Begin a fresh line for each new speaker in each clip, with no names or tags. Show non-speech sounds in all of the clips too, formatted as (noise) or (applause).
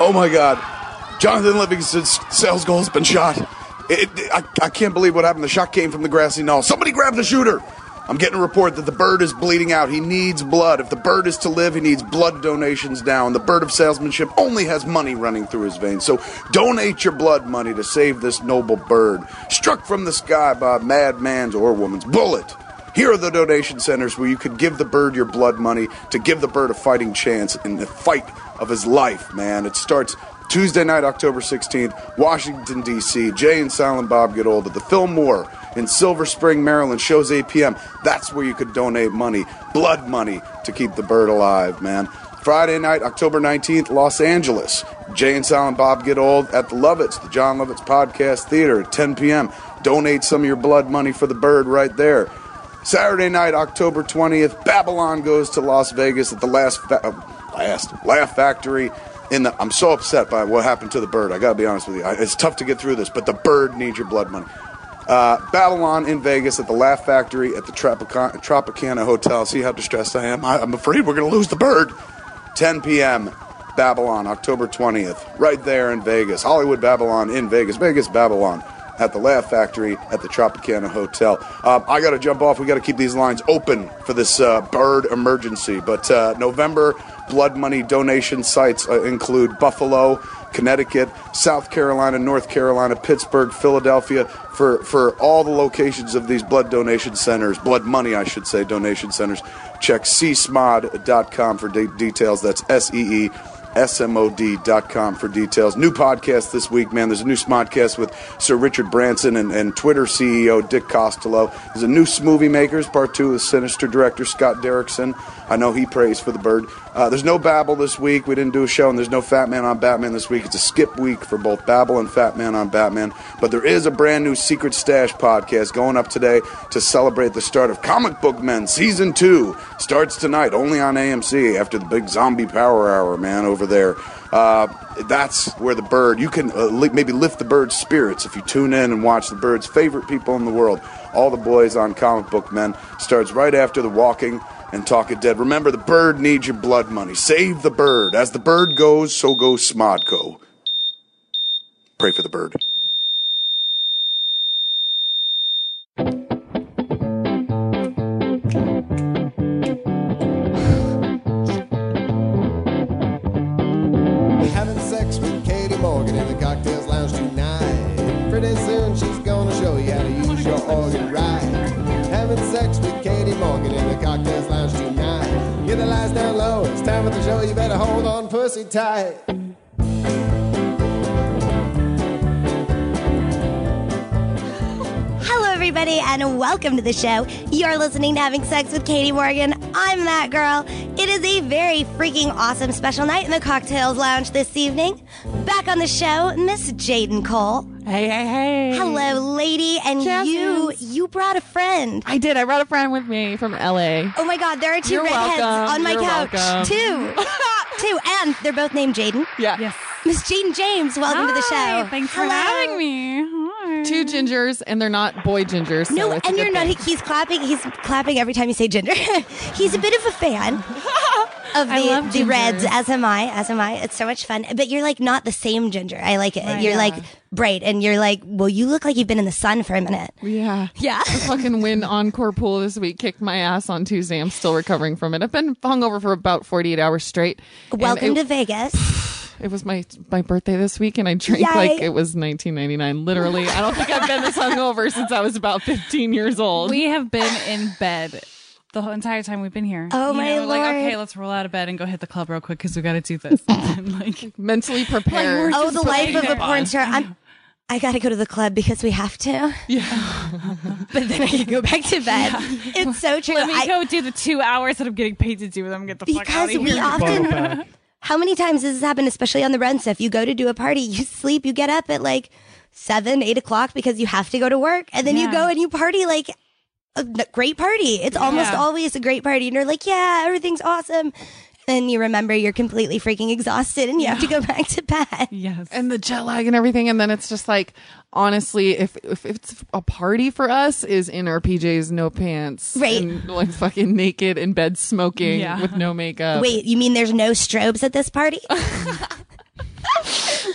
Oh my God, Jonathan Livingston's sales goal has been shot. It, it- I, I can't believe what happened. The shot came from the grassy knoll. Somebody grab the shooter. I'm getting a report that the bird is bleeding out. He needs blood. If the bird is to live, he needs blood donations now. And the bird of salesmanship only has money running through his veins. So donate your blood money to save this noble bird, struck from the sky by a madman's or woman's bullet. Here are the donation centers where you could give the bird your blood money to give the bird a fighting chance in the fight of his life, man. It starts Tuesday night, October 16th, Washington, D.C. Jay and Silent Bob Get Old at the Fillmore in Silver Spring, Maryland. Shows 8 p.m. That's where you could donate money, blood money, to keep the bird alive, man. Friday night, October 19th, Los Angeles. Jay and Silent Bob Get Old at the Lovitz, the John Lovitz Podcast Theater at 10 p.m. Donate some of your blood money for the bird right there. Saturday night, October 20th, Babylon goes to Las Vegas at the last fa- uh, last Laugh Factory. In the, I'm so upset by what happened to the bird. I gotta be honest with you. I, it's tough to get through this, but the bird needs your blood money. Uh, Babylon in Vegas at the Laugh Factory at the Tropica- Tropicana Hotel. See how distressed I am? I, I'm afraid we're gonna lose the bird. 10 p.m. Babylon, October 20th, right there in Vegas. Hollywood Babylon in Vegas. Vegas Babylon at the Laugh Factory at the Tropicana Hotel. Um, I got to jump off. We got to keep these lines open for this uh, bird emergency. But uh, November blood money donation sites uh, include Buffalo, Connecticut, South Carolina, North Carolina, Pittsburgh, Philadelphia, for, for all the locations of these blood donation centers, blood money, I should say, donation centers. Check csmod.com for de- details. That's S E E. SMOD.com for details. New podcast this week, man. There's a new Smodcast with Sir Richard Branson and, and Twitter CEO Dick Costolo. There's a new Smoothie Makers, part two with Sinister director Scott Derrickson. I know he prays for the bird. Uh, there's no Babel this week. We didn't do a show, and there's no Fat Man on Batman this week. It's a skip week for both Babel and Fat Man on Batman. But there is a brand new Secret Stash podcast going up today to celebrate the start of Comic Book Men Season 2. Starts tonight, only on AMC after the big zombie power hour, man, over there. Uh, that's where the bird, you can uh, li- maybe lift the bird's spirits if you tune in and watch the bird's favorite people in the world. All the boys on Comic Book Men starts right after the walking and talk it dead. Remember, the bird needs your blood money. Save the bird. As the bird goes, so goes Smodco. Pray for the bird.
Having sex with Katie Morgan in the cocktails lounge tonight. Pretty soon she's gonna show you how to use your organ right. Having sex with Katie Morgan in the cocktails lounge tonight. Get the lights down low, it's time for the show. You better hold on, pussy tight.
Hello, everybody, and welcome to the show. You're listening to Having Sex with Katie Morgan. I'm that girl. It is a very freaking awesome special night in the Cocktails Lounge this evening. Back on the show, Miss Jaden Cole.
Hey, hey, hey.
Hello, lady, and you
Jasmine.
you brought a friend.
I did. I brought a friend with me from LA.
Oh my God, there are 2
You're
redheads
welcome.
on my
You're
couch.
welcome. (laughs)
Two, two, and they're both named Jaden.
Yeah. Yes.
Miss Jaden James, welcome to the
Hi,
show.
Thanks
Hello.
for having me. Hi.
Two gingers, and they're not boy gingers.
No,
so it's a
and
good
you're not.
thing.
He's clapping. He's clapping every time you say gender. (laughs) he's a bit of a fan
(laughs)
of
I
the
love
the Reds.
gingers.
As am I. As am I. It's so much fun. But you're like not the same ginger. I like it.
Right.
you're
Yeah.
like bright, and you're like, well, you look like you've been in the sun for a minute.
Yeah.
Yeah.
The fucking win encore pool this week kicked my ass on Tuesday. I'm still recovering from it. I've been hungover for about 48 hours straight. And
Welcome to
it,
(laughs)
Vegas.
It was my my birthday this week, and I drank
Yay.
like it was 1999. Literally, I don't think I've been this hungover since I was about 15 years old.
We have been in bed the whole entire time we've been here.
Oh,
You
my
know, Like,
Lord.
okay, let's roll out of bed and go hit the club real quick because we got to do
(laughs)
this. And, like,
Mentally prepared.
Oh, the life of a
makeup
porn
on.
star. I'm. I gotta go to the club because we have to. Yeah. (laughs) but then I can go back to
(laughs)
bed. It's so true.
let me
I-
go do the two hours that I'm getting paid to do, and I'm gonna get the fuck out
because
of
we
here.
often how many times does this happen especially on the run stuff you go to do a party you sleep you get up at like seven eight o'clock because you have to go to work and then you
Yeah.
go and you party like a n- great party it's almost
Yeah.
always a great party and you're like yeah everything's awesome then you remember you're completely freaking exhausted and you have to go (laughs) back to bed
yes.
and the jet lag and everything and then it's just like honestly if if it's a party for us is in our pjs no pants
Right.
and like fucking naked in bed smoking
Yeah.
with no makeup
(laughs)
wait you mean there's no strobes at this party
(laughs)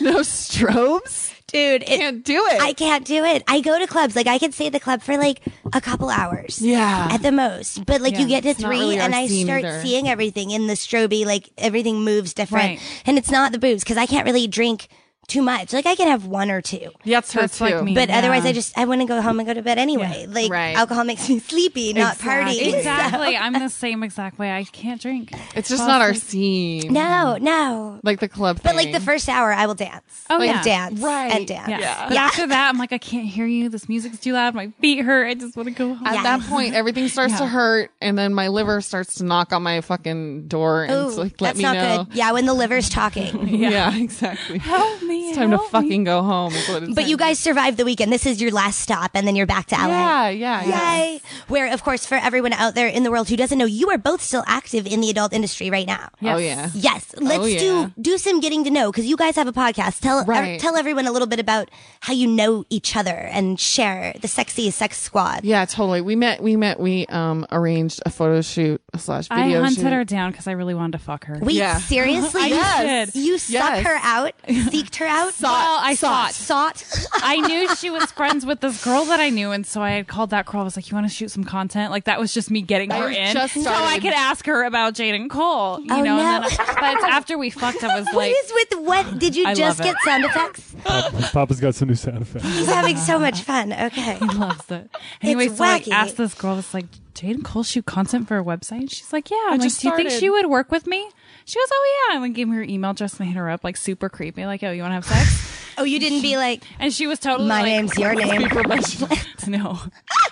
no strobes.
Dude, it,
Can't do it.
I can't do it. I go to clubs. Like I can stay at the club for like a couple hours.
Yeah.
At the most. But like
Yeah,
you get to
it's not
three
really our
and I
scene
start
either.
seeing everything in the strobe, like everything moves different.
Right.
And it's not the booze because I can't really drink too much. Like I can have one or two.
yeah, it's her
That's
too.
like me.
But
Yeah.
otherwise I just I want to go home and go to bed anyway. Like
Right.
alcohol makes me (laughs) sleepy, not party. (laughs)
Exactly. I'm the same exact way. I can't drink.
It's just not our scene.
No, no.
Like the club.
But like
thing.
the first hour I will dance.
Oh,
and
yeah.
dance.
Right.
And dance.
Yeah. But after that, I'm like, I can't hear you. This music's too loud. My feet hurt. I just want to go home.
At that point, everything starts to
Yeah.
hurt, and then my liver starts to knock on my fucking door, and it's
Ooh,
like, let
that's
me
not
know.
good. Yeah, when the liver's
(laughs)
talking.
Yeah. exactly.
Help me.
It's time to
help me.
fucking go home. Is what it's
But you guys survived the weekend. This is your last stop, and then you're back to LA.
Yeah, yeah, yeah.
Yay! Where, of course, for everyone out there in the world who doesn't know, you are both still active in the adult industry right now.
Oh yeah.
Yes.
Yes, let's
yeah.
do do some getting to know because you guys have a podcast. Tell er,
Right.
tell everyone a little bit about how you know each other and share the sexy sex squad.
Yeah, totally. We met. We met. We um arranged a photo shoot slash
I
video
hunted
shoot.
her down because I really wanted to fuck her.
Wait,
Yeah.
seriously?
(laughs)
Yes. did.
You suck
Yes.
her
(laughs)
out, seeked her out,
Well, I sought.
sought.
I knew she was friends with this girl that I knew, and so I had called that girl. I was like, "You want to shoot some content?" Like that was just me getting her
was
in,
just
so I
started.
could ask her about Jade and Cole. You
Oh,
know, and
no.
then I, but after we fucked, I was
(laughs) what
like,
is with what? Did you
I
just
love
get
it.
sound effects?
Papa- Papa's got some new sound effects.
He's having so much fun. Okay.
(laughs)
loves it. Anyway, so I
wacky.
asked this girl, it's like, Jade and Cole shoot content for a website? She's like, yeah. I'm like,
just
do you think
started."
she would work with me? She goes, oh yeah. I like, gave me her email address and I hit her up like super creepy, like, oh, you want to have sex?
Oh, you didn't be like,
And she was totally
my
like,
name's your name. (laughs)
(laughs) No.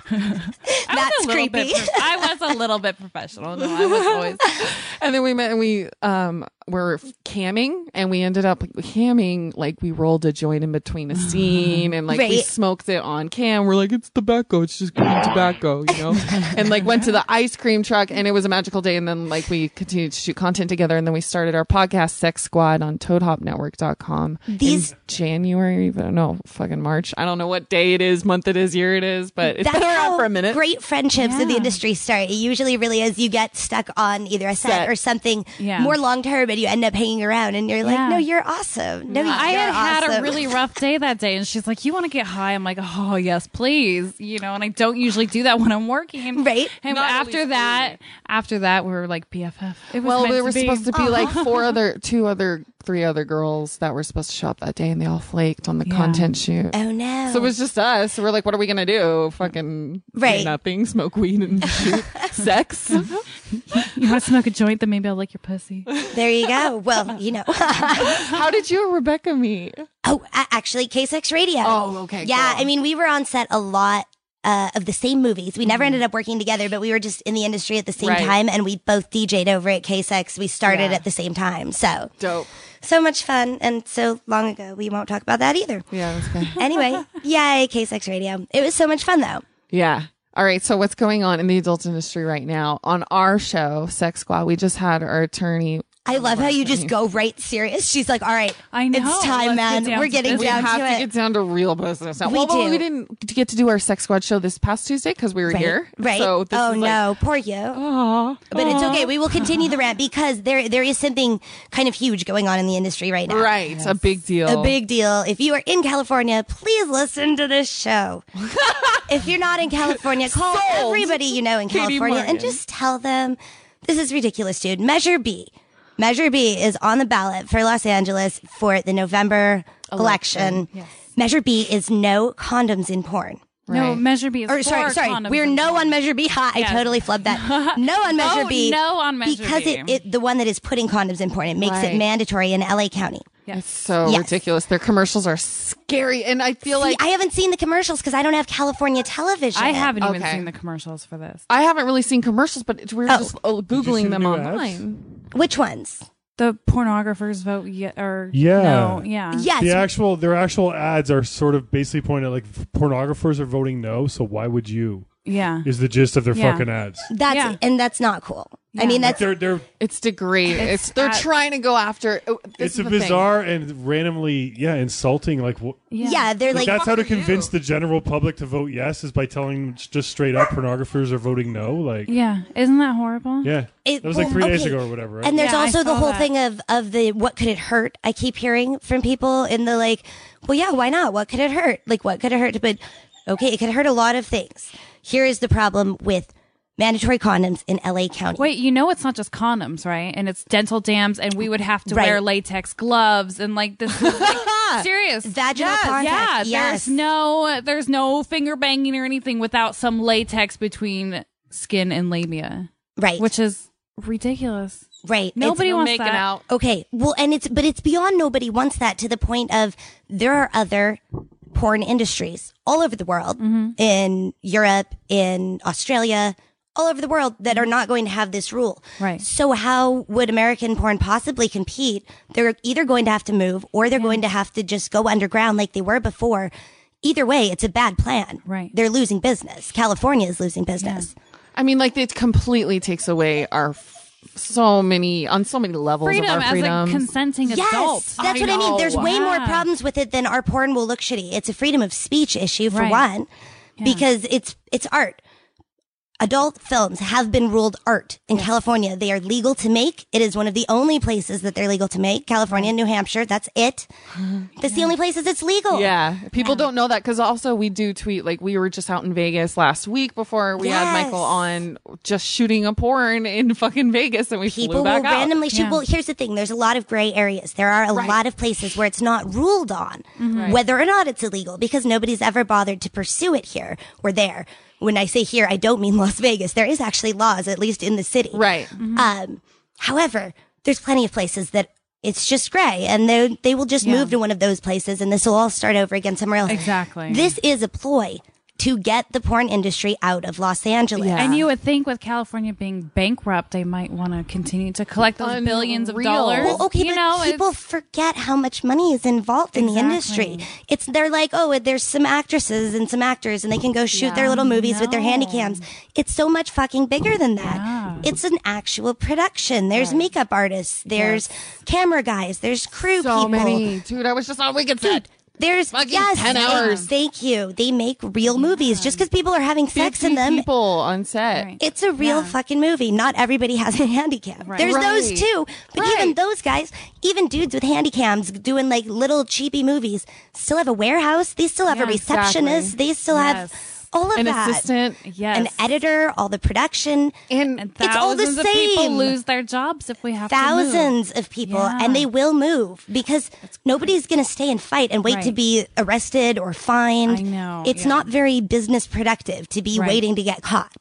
I
That's
was a little bit
creepy.
pro- I was a little bit professional. No, I was always.
And then we met and we um were camming and we ended up camming like we rolled a joint in between a scene and like we
Right.
smoked it on cam. We're like, it's tobacco, it's just green tobacco,
(laughs)
you know? and like went to the ice cream truck and it was a magical day. And then like we continued to shoot content together and then we started our podcast, Sex Squad, on toadhopnetwork.com.
These-
in January, but no, fucking March. I don't know what day it is, month it is, year it is, but it's been
That's
around
how
for a minute.
great friendships in the industry start. It usually really is you get stuck on either a set,
Set.
or something
Yeah.
more long term and you end up hanging around and you're like,
Yeah.
no, you're awesome. (laughs) No,
I
you're
had had
awesome."
a really rough day that day, and she's like, "You want to get high?" I'm like, "Oh yes, please," you know. And I don't usually do that when I'm working,
Right.
And
Not at
after
least
that, after that, we were like BFF. It was
Well,
meant
there were
to be.
supposed to be like four (laughs) other, two other, three other girls that were supposed to shop that day, and they all flaked on the
Yeah.
content shoot.
Oh no.
So it was just us. We're like, what are we gonna do? Fucking do
Right.
nothing, smoke
(laughs)
weed and shoot sex.
You want to smoke a joint? Then maybe I'll lick your
(laughs)
pussy.
there you
(laughs)
go. Well, you know.
(laughs)
(laughs)
How did you and Rebecca meet?
Oh, a- actually, K6 Radio.
Oh, okay,
Yeah,
cool.
I mean, we were on set a lot uh, of the same movies. We never ended up working together, but we were just in the industry at the same
Mm-hmm. Right.
time, and we both DJ'd over at K6. We started
Yeah.
at the same time, so
Dope.
so much fun, and so long ago. We won't talk about that either.
Yeah, that's good. (laughs)
Anyway, yay K6 Radio. It was so much fun though.
Yeah. All right. So what's going on in the adult industry right now? On our show, Sex Squad, we just had our attorney.
I love how you just go right serious. She's like, "All right,
I know.
it's time,
Let's get
man.
down
We're
to
getting
business."
We
down
have
to,
to
it."
get down to real business now.
We
well, but
do.
we didn't get to do our Sex Squad show this past Tuesday because we were here.
Right?
So this
oh
is like-
no, poor you. But it's okay. We will continue the
(laughs)
rant because there there is something kind of huge going on in the industry right now.
Right. A big deal.
A big deal. If you are in California, please listen to this
(laughs)
show. if you're not in California, call
Sold.
everybody you know in
Katie
California and
Morgan.
just tell them this is ridiculous, dude. Measure B. Measure B is on the ballot for Los Angeles for the November election. Measure B is no condoms in porn.
No,
Right.
measure B. Is
Or
four
sorry, sorry.
condoms
We're
in
no
one.
on Measure B. (laughs) Ha, I
Yes.
totally flubbed
(laughs)
that. No on Measure
Oh,
B.
no on Measure
because Because
B.
it, it the one that is putting condoms in porn. It makes it
Right.
mandatory in LA County.
It's so
Yes.
ridiculous. Their commercials are scary, and I feel
See,
like
I haven't seen the commercials because I don't have California television.
I haven't even
Okay.
seen the commercials for this.
I haven't really seen commercials, but it's- we're
Oh.
just oh,
see
googling
the
them
new
online.
Which ones?
The pornographers vote yeah or
Yeah.
no, yeah,
Yes.
The actual their actual ads are sort of basically pointing at like pornographers are voting no, so why would you?
yeah.
Is the gist of their
Yeah.
fucking ads.
That's
Yeah.
and that's not cool. I mean, that's
They're they're
It's degree. It's, they're
at-
trying to go after. oh, this
it's
is
a
the thing.
bizarre and randomly yeah insulting like wh-
yeah. they're
Like,
like,
that's how to convince the general public to vote yes is by telling them just straight up pornographers are voting no. Like yeah,
Yeah, isn't that horrible?
that was like
well,
three days
okay.
ago or whatever. Right?
And there's
Yeah, I
also the
saw
whole
that.
thing of of the what could it hurt? I keep hearing from people in the like, well, yeah, why not? What could it hurt? Like, what could it hurt? But okay, it could hurt a lot of things. Here is the problem with mandatory condoms in LA County.
Wait, you know it's not just condoms, right? And it's dental dams, and we would have to
Right.
wear latex gloves, and like this.
(laughs)
Is, like, serious
Vaginal
yes,
contact,
Yeah,
yes.
there's no, there's no finger banging or anything without some latex between skin and labia,
right,
which is ridiculous.
right.
Nobody
It's-
wants
making
that.
out.
Okay. Well, and it's, but it's beyond nobody wants that to the point of there are other porn industries all over the world,
Mm-hmm.
in Europe, in Australia, all over the world that are not going to have this rule.
Right.
So how would American porn possibly compete? They're either going to have to move or they're going to have to just go underground like they were before. Either way, it's a bad plan.
Right.
They're losing business. California is losing business.
I mean, like it completely takes away our f- so many on so many levels
Freedom
of our
as
freedoms.
a consenting
Yes,
adult.
that's what I mean.
know.
There's way more
Yeah.
problems with it than our porn will look shitty. It's a freedom of speech issue for
Right.
one, because it's it's art. Adult films have been ruled art in California. They are legal to make. It is one of the only places that they're legal to make. California, New Hampshire, that's
(gasps)
it. That's the only places it's legal.
Yeah, people don't know that because also we do tweet like we were just out in Vegas last week before we had
Yes.
Michael on just shooting a porn in fucking Vegas and we
People
flew
will
back out.
randomly shoot.
Yeah.
Well, here's the thing. There's a lot of gray areas. There are a lot of places where it's not ruled on
Mm-hmm.
whether or not it's illegal because nobody's ever bothered to pursue it here or there. When I say here, I don't mean Las Vegas. There is actually laws, at least in the city.
right.
Mm-hmm.
Um, however, there's plenty of places that it's just gray and they they will just move to one of those places and this will all start over again somewhere else.
Exactly.
This is a ploy to get the porn industry out of Los Angeles.
Yeah.
And you would think with California being bankrupt, they might want to continue to collect those billions of
Unreal.
dollars.
Well,
Well, okay,
you
but
know, it's-
people forget how much money is involved in the industry. It's they're like, oh, there's some actresses and some actors, and they can go shoot their little movies with their handy cams. It's so much fucking bigger than that. It's an actual production. There's makeup artists. There's camera guys. There's crew
So
people.
many, dude. I was just on Weekend Set.
There's
Fucking
yes,
10
they-
hours.
Thank you. They make real movies. Just because people are having sex in
50
them
people on set.
Right.
it's a real fucking movie. Not everybody has a handicap. There's those
Right.
too. But even
Right.
those guys, even dudes with handycams doing like little cheapy movies, still have a warehouse. They still have a
Yeah,
receptionist.
exactly.
They still
Yes.
have all of
An
that.
assistant.
yes.
An editor, all the production.
And,
And
It's all the
thousands of people
same.
lose their jobs if we have To move.
Thousands of people, and they will move because nobody's going to stay and fight and wait to
Right.
be arrested or fined.
I know,
It's
yeah.
not very business productive to be
Right.
waiting to get caught.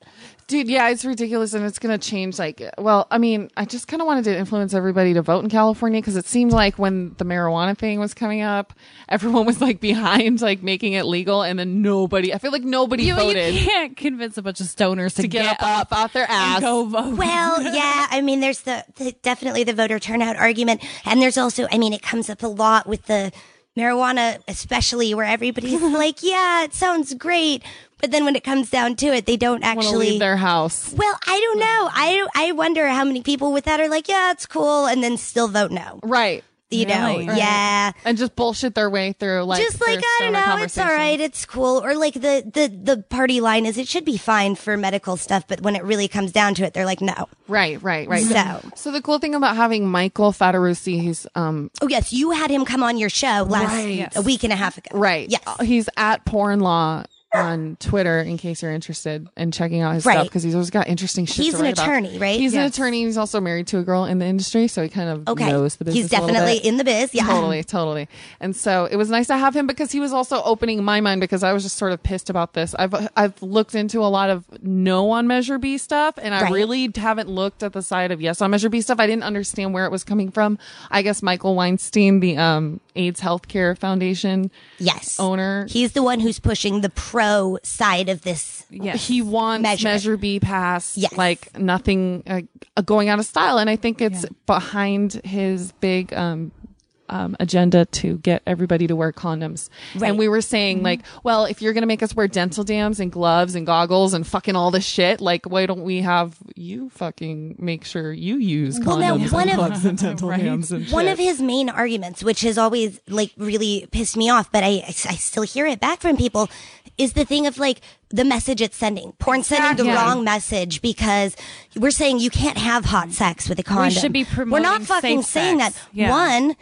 Dude, yeah, it's ridiculous and it's going to change. Like, well, I mean, I just kind of wanted to influence everybody to vote in California because it seemed like when the marijuana thing was coming up, everyone was like behind, like making it legal, and then nobody, I feel like nobody
You, you
voted
can't convince a bunch of stoners to,
to get, up,
up,
off their ass.
and go vote.
(laughs)
Well, yeah, I mean, there's the, the definitely the voter turnout argument, and there's also, I mean, it comes up a lot with the marijuana, especially where
(laughs)
everybody's like, "Yeah, it sounds great," but then when it comes down to it, they don't
Want to
actually.
leave their house.
well, I don't know. I I wonder how many people with that are like, "Yeah, it's cool," and then still vote no.
Right.
You
Really?
know? Yeah
And just bullshit their way through, like,
just like
their
I don't
stoner
know, it's all
conversations.
right, it's cool. Or like the the the party line is it should be fine for medical stuff, but when it really comes down to it, they're like, no.
Right, right, right.
So-
so the cool thing about having Michael Fatarusi, he's um,
Oh yes, you had him come on your show last
Right.
a week and a half ago.
Right. Uh,
Yes.
He's at Porn Law on Twitter in case you're interested in checking out his
Right.
stuff because he's always got interesting shit.
He's
to
an
write about.
attorney, right?
He's an
Yes.
attorney. He's also married to a girl in the industry, so he kind of
Okay.
knows the business.
He's
a little
definitely
bit.
in the biz. Yeah.
Totally, totally. And so it was nice to have him because he was also opening my mind because I was just sort of pissed about this. I've I've looked into a lot of no on Measure B stuff and I
Right.
really haven't looked at the side of yes on Measure B stuff. I didn't understand where it was coming from. I guess Michael Weinstein, the um AIDS Healthcare Foundation
Yes.
owner,
He's the one who's pushing the pro side of this.
Yes.
he wants
Measure
measure,
it.
B pass
Yes.
like uh, nothing uh, going out of style, and I think it's behind his big um, um, agenda to get everybody to wear
Right.
condoms.
Mm-hmm.
And we were saying like, well, if you're going to make us wear dental dams and gloves and goggles and fucking all this shit, like why don't we have you fucking make sure you use condoms
Well, now, one
and
of- (laughs)
gloves and dental dams and
One
shit.
of his main arguments, which has always like really pissed me off, but I, I s- I still hear it back from people, is the thing of like the message it's sending. Porn sending the
Exactly.
wrong message because we're saying you can't have hot sex with a condom.
should be
We're not
promoting
fucking
safe
saying that.
sex. Yeah.
One,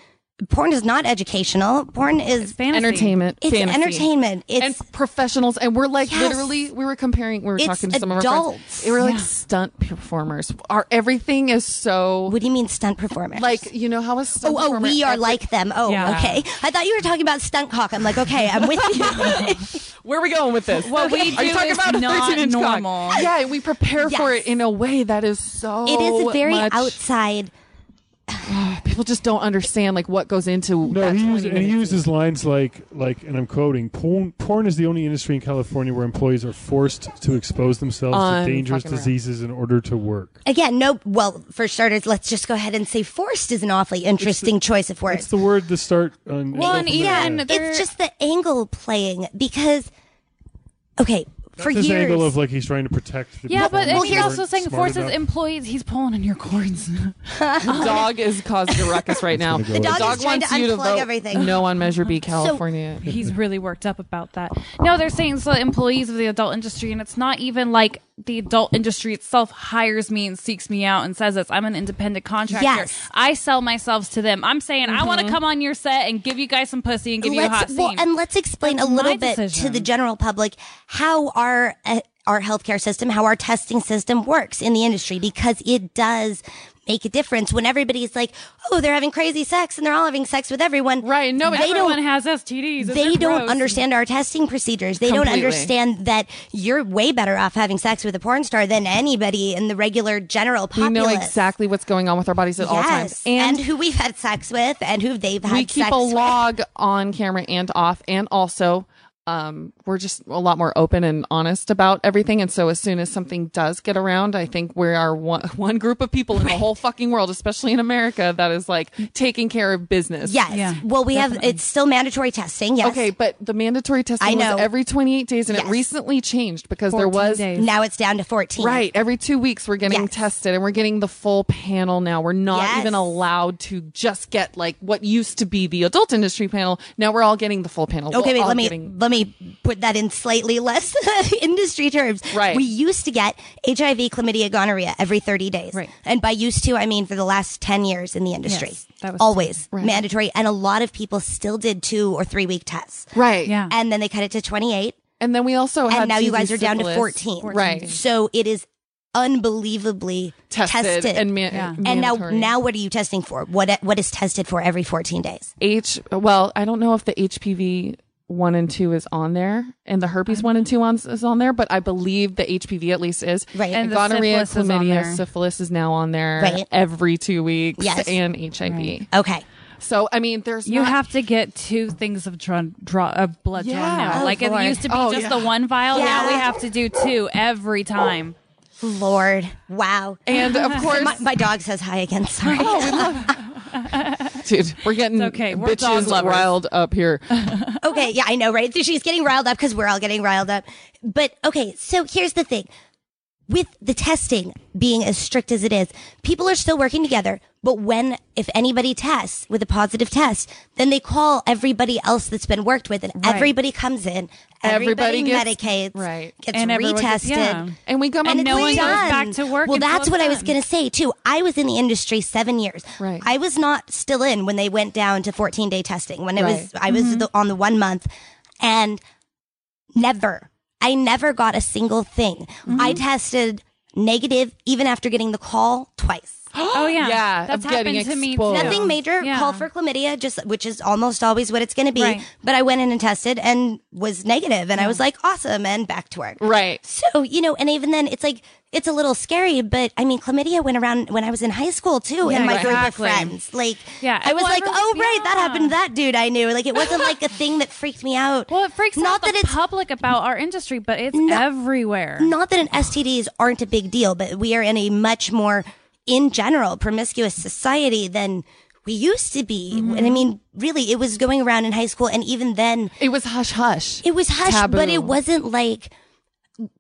porn is not educational. Porn is
Fantasy.
entertainment.
it's
fantasy.
entertainment. It's
and professionals and we're like
Yes.
literally we were comparing we were
It's
talking to some of our
adults.
friends we were like
Yeah.
stunt performers our everything is so
what do you mean stunt performance?
like you know how a stunt
Oh, oh,
performer-
we are
every-
like them. Oh,
Yeah.
okay. I thought you were talking about stunt cock. I'm like, okay, I'm with
(laughs)
you.
where are we going with
(laughs)
this
What we
are you
do
talking
is
about a
not
13 inch cock?
normal.
yeah and we prepare for
Yes.
it in a way that is so
it is very
much-
outside.
people just don't understand like what goes into
No,
that
he,
20
used, and he
minutes.
uses lines like, like, and I'm quoting: "Porn, porn is the only industry in California where employees are forced to expose themselves
I'm
to dangerous
fucking around.
diseases in order to work."
Again, no. Well, for starters, let's just go ahead and say forced is an awfully interesting choice of
It's
words.
the word to start. On,
Well, and even there-
It's just the angle playing because, okay, for
his
years.
angle of like he's trying to protect. The
Yeah,
people
but
who
and he's
aren't
also saying
smart
forces
enough.
employees. He's pulling in your (laughs) cords.
dog is causing a ruckus right now
The
dog is trying
wants
to
you to
unplug
vote
everything.
no on measure b california
he's really worked up about that. No, they're saying so employees of the adult industry, and it's not even like the adult industry itself hires me and seeks me out and says this. I'm an independent contractor.
Yes. Mm-hmm.
I sell myself to them. I'm saying I want to come on your set and give you guys some pussy and give you a hot
let's,
scene.
well, and let's explain
That's
a little
my
bit to
decision.
the general public how our uh, our healthcare system, how our testing system works in the industry, because it does make a difference. When everybody's like, "Oh, they're having crazy sex and they're all having sex with everyone,"
right no but
They don't-
Everyone has STDs. and
they
they're
don't
gross.
understand our testing procedures. They don't
Completely.
understand that you're way better off having sex with a porn star than anybody in the regular general
we
populace.
know exactly what's going on with our bodies at all times
Yes, and, who we've had sex with, and who they've had
we keep
sex
a
with.
log on camera and off and also um, we're just a lot more open and honest about everything and so as soon as something does get around i think we are one, (laughs) one group of people in the whole fucking world especially in america that is like taking care of business
Mm. Yes.
Yeah,
well, we have. It's still mandatory testing. Yes.
okay but the mandatory testing
I know.
was every 28 days and
Yes.
it recently changed because there
14
was
days.
Now it's down to fourteen.
Right. Every two weeks, we're getting
Yes.
tested and we're getting the full panel now. We're not
Yes.
even allowed to just get like what used to be the adult industry panel. Now we're all getting the full panel.
Okay,
We're
wait,
all
let me
getting-
let me put that in slightly less (laughs) industry terms.
Right.
We used to get HIV, chlamydia, gonorrhea every 30 days.
Right.
And by used to, I mean for the last 10 years in the industry.
Yes, that was
always
Right.
mandatory and a lot of people still did 2 or 3 week tests.
Right.
Yeah.
And then they cut it to 28
And then we also had
and now you
TB
guys are down to
syphilis.
14.
Right.
So it is unbelievably
Tested, and man-
Yeah.
and now,
mandatory.
now, what are you testing for? What what is tested for every fourteen days?
H. Well, I don't know if the HPV one and two is on there, and the herpes one and two on, is on there, but I believe the HPV at least is.
Right.
And the
gonorrhea,
syphilis is on
chlamydia,
there.
syphilis is now on there
Right.
every two weeks,
Yes.
and HIV.
Okay,
So I mean, there's
You
not-
have to get two things of draw, draw of blood
Yeah.
drawn now.
Oh,
like
Lord.
it used to be
Oh,
just
yeah.
the one vial. Now we
Yeah.
have to do two every
(gasps)
time.
Lord, wow.
and
(laughs)
of course,
My, my dog says hi again. Sorry. (laughs)
Dude, we're getting
It's okay. We're dog
bitches
lovers.
riled up
(laughs)
here.
okay, yeah, I know, right? So she's getting riled up because we're all getting riled up. But okay, so here's the thing. With the testing being as strict as it is, people are still working together. But when, if anybody tests with a positive test, then they call everybody else that's been worked with and everybody comes in. Everybody,
Everybody gets-
medicates.
right.
Gets
And everyone
retested.
gets- yeah.
And we come up
And no
it's
one goes
done.
back to work
Well,
until
that's
it's
what I was
done.
going to say too. I was in the industry seven years.
Right.
I was not still in when they went down to 14 day testing. When it was,
Right.
I was the, on the one month, and never, I never got a single thing.
Mm-hmm.
I tested negative even after getting the call twice.
Oh yeah,
Yeah,
that's
of getting
happened to me.
exposed.
too.
Nothing major.
Yeah.
Call for chlamydia, just which is almost always what it's going to be.
Right.
But I went in and tested and was negative, and I was like, awesome, and back to work.
Right.
So, you know, and even then it's like it's a little scary, but I mean chlamydia went around when I was in high school too in
Yeah,
my group of
exactly.
friends. Like
Yeah,
I was
well,
like,
everyone-
Oh right, that
yeah.
happened to that dude I knew. Like it wasn't like a thing that freaked me out.
Well, it freaks
not
out
that
the
it's
public about our industry, but it's everywhere.
not that an STDs aren't a big deal, but we are in a much more in general promiscuous society than we used to be. And
Mm-hmm.
I mean, really, it was going around in high school, and even then,
It was hush hush.
it was hush, but
Taboo.
it wasn't like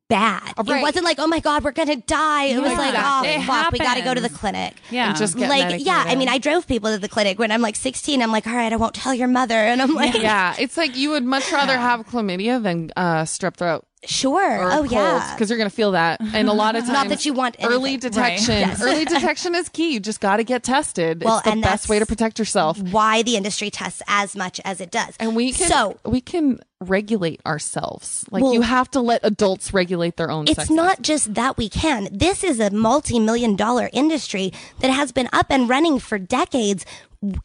bad. It
Right.
wasn't like, oh my god, we're gonna die. It was
Yeah.
like,
Exactly.
oh
It
fuck, we gotta go to the
happens.
clinic.
Yeah.
just get
like yeah, I
medicated.
mean, I drove people to the clinic when I'm like 16. I'm like, all right, I won't tell your mother, and I'm like,
yeah, it's like you would much rather have chlamydia than uh, strep throat.
sure,
Or
oh yeah,
because you're gonna feel that, and a lot of times,
(laughs) Not that you want
early
anything.
detection.
(laughs)
Early detection is key. You just got to get tested.
Well,
it's the
and
best way to
that's-
protect yourself.
why the industry tests as much as it does.
And we can
so
we can regulate ourselves. Like
Well-
you have to let adults regulate their own.
it's
sex
not just that we can. This is a multi-million dollar industry that has been up and running for decades.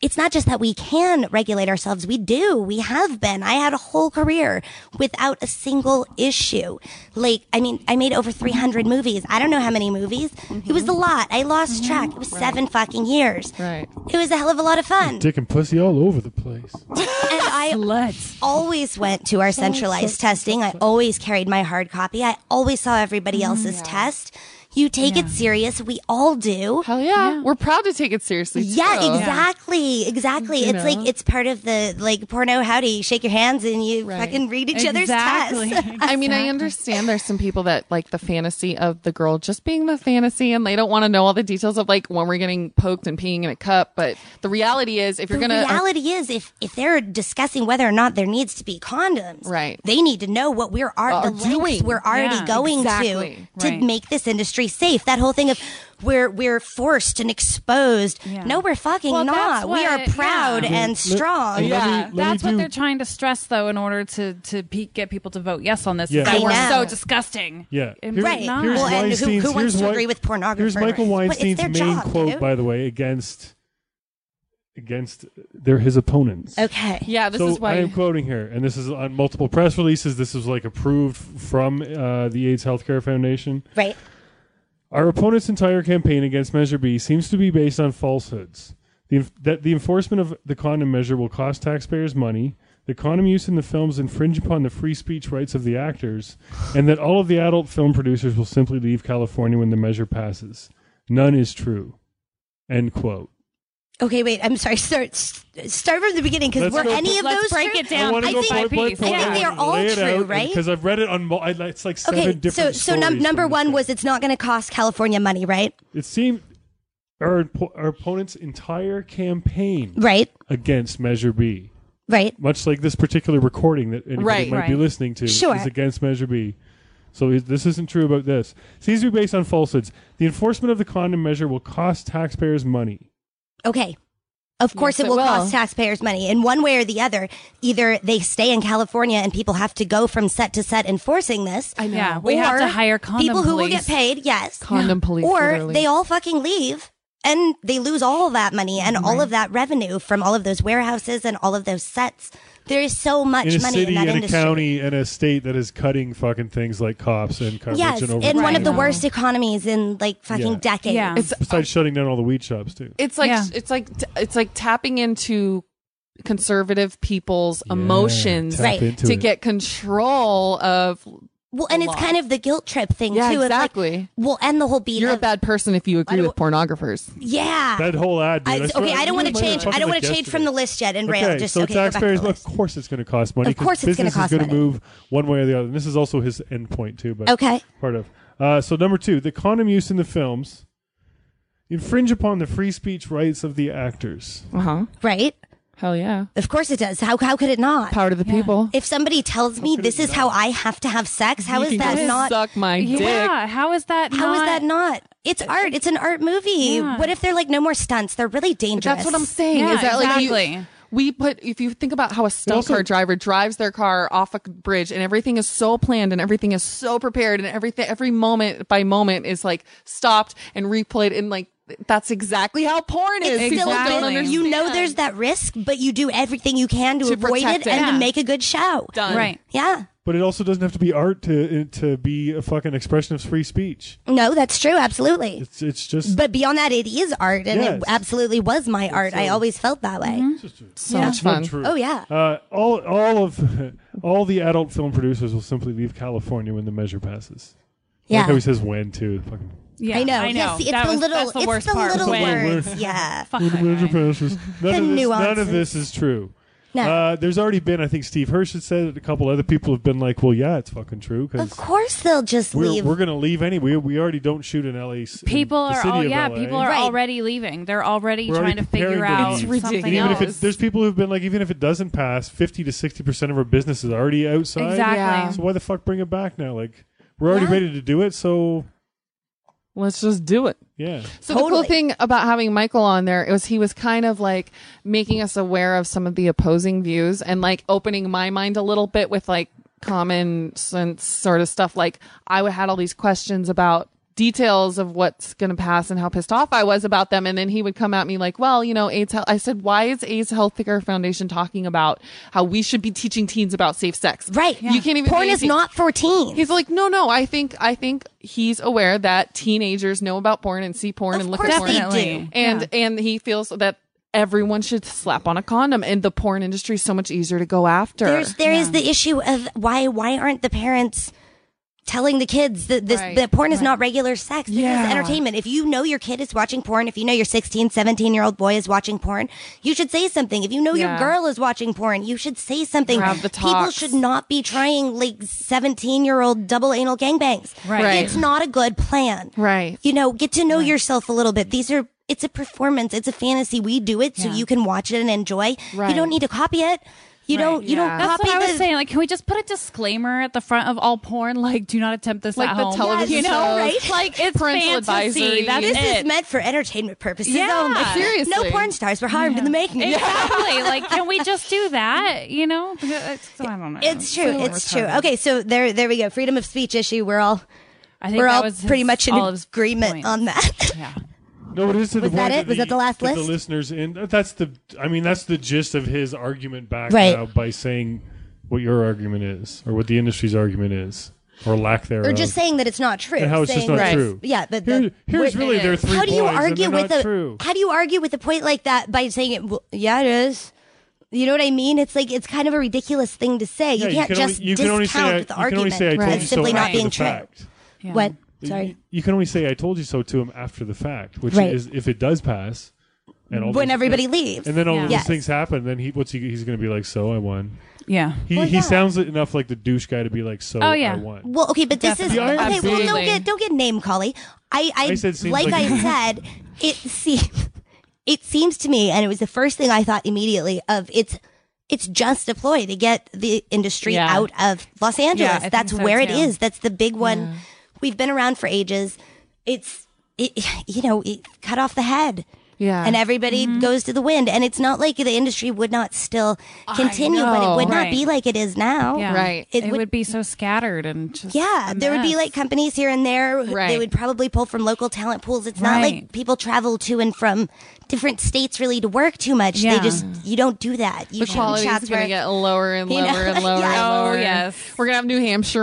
It's not just that we can regulate ourselves. We do. We have been. I had a whole career without a single issue. Like, I mean, I made over 300 movies. I don't know how many movies. It was a lot. I lost track. It was seven fucking years.
Right.
It was a hell of a lot of fun.
Dick and pussy all over the place.
And I
Let's.
always went to our centralized testing. I always carried my hard copy. I always saw everybody else's test. You take it serious. We all do.
Hell yeah. we're proud to take it seriously. too.
Yeah, exactly. Exactly. It's like it's part of the like porno howdy, shake your hands and you fucking read each (laughs) other's tests.
I mean, I understand there's some people that like the fantasy of the girl just being the fantasy and they don't want to know all the details of like when we're getting poked and peeing in a cup. But the reality is, if you're
The
going
uh,
to.
reality is if if they're discussing whether or not there needs to be condoms,
Right.
they need to know what we're are the lengths
doing.
we're already
uh, Yeah.
going
Exactly.
to
Right.
to make this industry safe. That whole thing of we're we're forced and exposed.
Yeah.
No, we're fucking
Well,
not.
that's
We are
what-
proud
yeah.
and strong.
Let me-
Yeah.
let me
That's what
do-
they're trying to stress, though, in order to to pe- get people to vote yes on this.
Yeah.
Yeah. That
I
we're
know.
so disgusting.
Yeah.
It might
Here-
Right.
not.
Here's
Well, and who-
Weinstein's,
who wants
here's
to
Wei-
agree with pornographers?
Here's Michael
But it's
Weinstein's
their
main
job,
quote,
dude.
by the way, against against their his opponents.
Okay.
Yeah, Uh, this
so
is why.
I am quoting here, and this is on multiple press releases. This was like approved from uh, the AIDS Healthcare Foundation.
Right.
Our opponent's entire campaign against Measure B seems to be based on falsehoods. The, enf- that the enforcement of the condom measure will cost taxpayers money, the condom use in the films infringe upon the free speech rights of the actors, and that all of the adult film producers will simply leave California when the measure passes. None is true. End quote.
Okay. Wait. I'm sorry. Start start from the beginning because
Let's
were
go-
any of
Let's
those
break
true?
it down. I
wanna
think-
go
I
point by
think
point
they're
and
all
lay it
true,
out, and-
right?
Because I've read it on. mul- I- It's like seven
Okay. So
different
so num-
stories
number
from this
one
guy.
was it's not going to cost California money, right?
It seemed our, oppo- our opponent's entire campaign
Right.
against Measure B,
Right.
much like this particular recording that anybody
Right,
might be
right.
listening to,
Sure.
is against Measure B. So is, this isn't true about this. Seems to be based on falsehoods. The enforcement of the condom measure will cost taxpayers money.
Okay. Of course, it
Yes, it
will
will.
cost taxpayers money in one way or the other. Either they stay in California and people have to go from set to set enforcing this.
I know.
Yeah, we have
or
to hire condom
people who will get
police.
paid. Yes,
Condom police,
Or
literally.
they all fucking leave and they lose all that money and all of that revenue from all of those warehouses and all of those sets. There is so much
in a
money in
city
that
and a
industry.
county and a state that is cutting fucking things like cops and coverage
yes,
and
in
overtime.
one of the
Right.
worst economies in like fucking
Yeah.
decades.
Yeah.
It's oh,
Besides shutting down all the weed shops too.
it's like
Yeah.
it's like it's like tapping into conservative people's emotions
tap
Right.
into
to
it.
get control of
Well, and it's
lot.
kind of the guilt trip thing
Yeah,
too. It's like,
exactly.
well, and the whole beat.
you're a
of-
bad person if you agree
do-
with pornographers.
Yeah.
that whole ad. Dude,
I,
swear-
okay, I don't want
you
to
might have
change.
talked
I don't
about
want to change from the
yesterday.
list yet and
Okay,
rail. Just
so
okay, go back to the
taxpayers,
list.
of course, it's going to cost money.
Of
'cause
course it's gonna
business
cost
is going to
money.
move one way or the other. And this is also his end point too. But
Okay.
part of. Uh, so number two, the condom use in the films infringe upon the free speech rights of the actors.
Uh huh.
Right?
Hell yeah.
Of course it does. How how could it not?
Power to the people.
If somebody tells me this is how I have to have sex, how is
You can
that
go
not?
suck my dick?
Yeah. How is that?
How
not,
is that not? It's art. It's an art movie.
Yeah.
What if they're like no more stunts? They're really dangerous.
That's what I'm saying.
Yeah,
is that like you,
exactly.
we put if you think about how a stunt
also-
car driver drives their car off a bridge and everything is so planned and everything is so prepared and everything every moment by moment is like stopped and replayed and like that's exactly how porn is.
It's
People
still
Exactly.
don't
a bit-
understand.
you know there's that risk, but you do everything you can to,
To
avoid it,
protect it.
and to
Yeah.
make a good show.
done.
Right.
Yeah.
But it also doesn't have to be art to to be a fucking expression of free speech.
No, that's true. Absolutely.
It's it's just
but beyond that, it is art, and
Yes. Mm-hmm.
it absolutely was my art. I always felt that way.
So much
not
fun.
true.
Oh, yeah.
Uh, all all of (laughs) all the adult film producers will simply leave California when the measure passes. I
Yeah.
like how he says when too. Fucking
Yeah,
I know.
I know.
Yes, it's
That
the
was-
little,
that's the
it's
worst
the
part.
little
That's the
words.
worst.
Yeah.
Fuck
Little
that
bit of
guy.
passes. None, of this, none of
nuances.
this is true.
No.
Uh, there's already been, I think Steve Hirsch has said it. A couple other people have been like, well, yeah, it's fucking true
of
because
course they'll just
Uh, we're,
leave.
we're going to leave anyway. We already don't shoot in LA. s-
(laughs)
in
People
the
are
city
all
of
yeah.
LA.
People are
Right.
already leaving. They're already
We're
trying
already
to figure
preparing to
out
leave. It's
ridiculous.
something
And even if
else.
it, there's people who've been like, even if it doesn't pass, fifty to sixty percent of our business is already outside.
Yeah.
exactly.
So why the fuck bring it back now? Like we're already
Yeah.
ready to do it. So
Let's just do it.
yeah,
So the
Totally.
cool thing about having Michael on there was he was kind of like making us aware of some of the opposing views and like opening my mind a little bit with like common sense sort of stuff. Like I w- had all these questions about details of what's going to pass and how pissed off I was about them. And then he would come at me like, well, you know, AIDS, Hel-. I said, why is AIDS Healthcare Foundation talking about how we should be teaching teens about safe sex?
right.
You can't even
Porn
be a
is
teen-
not for teens.
He's like, no, no. I think, I think he's aware that teenagers know about porn and see porn
Of
and look
course
at porn,
they
Definitely.
do.
and and he feels that everyone should slap on a condom, and the porn industry is so much easier to go after.
There's there is the issue of why why aren't the parents telling the kids that this
Right,
that porn is not regular sex This
Yeah.
is entertainment if you know your kid is watching porn if you know your 16 17 year old boy is watching porn you should say something if you know your
Yeah.
girl is watching porn you should say something
Have the
people
talks.
should not be trying like 17 year old double anal gangbangs
Right.
Right.
it's not a good plan
right.
you know get to know yourself a little bit these are it's a performance it's a fantasy we do it so
Yeah.
you can watch it and enjoy you
Right.
don't need to copy it you don't you
yeah.
don't
That's
copy
what I
the
was saying. Like, can we just put a disclaimer at the front of all porn? Like, do not attempt this
Like
at
the
home.
television
you know,
shows,
right? Like, it's
parental
fantasy.
advisory.
That's
This
it.
is meant for entertainment purposes
Yeah.
only.
Seriously.
No porn stars were harmed in the making.
exactly. like, can we just do that?
(laughs)
You know, it's, I don't know.
It's true.
so
It's true.
retarded.
Okay, so there, there we go. Freedom of speech issue. We're all,
I think
we're
that
all
was
pretty
his-
much in
all of his
agreement
points.
on that. (laughs)
Yeah.
no, it is. To the
Was that it?
point
Was that the last
to The
list?
listeners in Uh, that's the. I mean, that's the gist of his argument back
Right.
now by saying what your argument is or what the industry's argument is or lack thereof.
or just saying that it's not true.
and how it's just
saying
not
that-
true.
Yeah, but
Here-
the,
here's
what-
really their three
how do you
points, and
argue
they're
with
not
a
true.
how do you argue with a point like that by saying it? Well, yeah, it is. You know what I mean? It's like it's kind of a ridiculous thing to say.
Yeah,
you can't just
only, you can
discount
only say I-
the
you can only
argument
say I told
Right.
you
as
so
simply not
after
being
the
true.
fact.
Yeah.
What? Sorry.
You, you can only say I told you so to him after the fact, which
Right.
is if it does pass. And all
When
those-
everybody leaves.
and then all
Yeah.
these
Yes.
things happen. Then he, what's he? He's going to be like, "So I won."
Yeah.
He
Well,
he
yeah.
sounds enough like the douche guy to be like, "So
Oh, yeah.
I won."
Well, okay, but this
Definitely.
is okay. Well, don't
Absolutely.
get don't get name collie. I I,
I said seems
like,
like- (laughs)
I said it seems (laughs) it seems to me, and it was the first thing I thought immediately of it's it's just a ploy to get the industry
Yeah.
out of Los
I
Angeles.
think
That's
so,
where it
too.
is. That's the big one. We've been around for ages. It's it, (sighs) you know it, cut off the head.
Yeah.
And everybody
Mm-hmm.
goes to the wind. And it's not like the industry would not still continue, but it
know.
would not
Right.
be like it is now.
Yeah.
Right.
It,
It
would,
would-
be so scattered and just.
Yeah,
a
there would be
mess.
like companies here and there. who- They
Right.
would probably pull from local talent pools. It's not
Right.
like people travel to and from different states really to work too much.
Yeah.
They just you don't do that. You
the
shoot in
quality is going
Chatsworth.
to get lower and
You
lower
know?
and
(laughs)
lower
Yeah.
and
Oh,
lower.
yes.
We're going to have New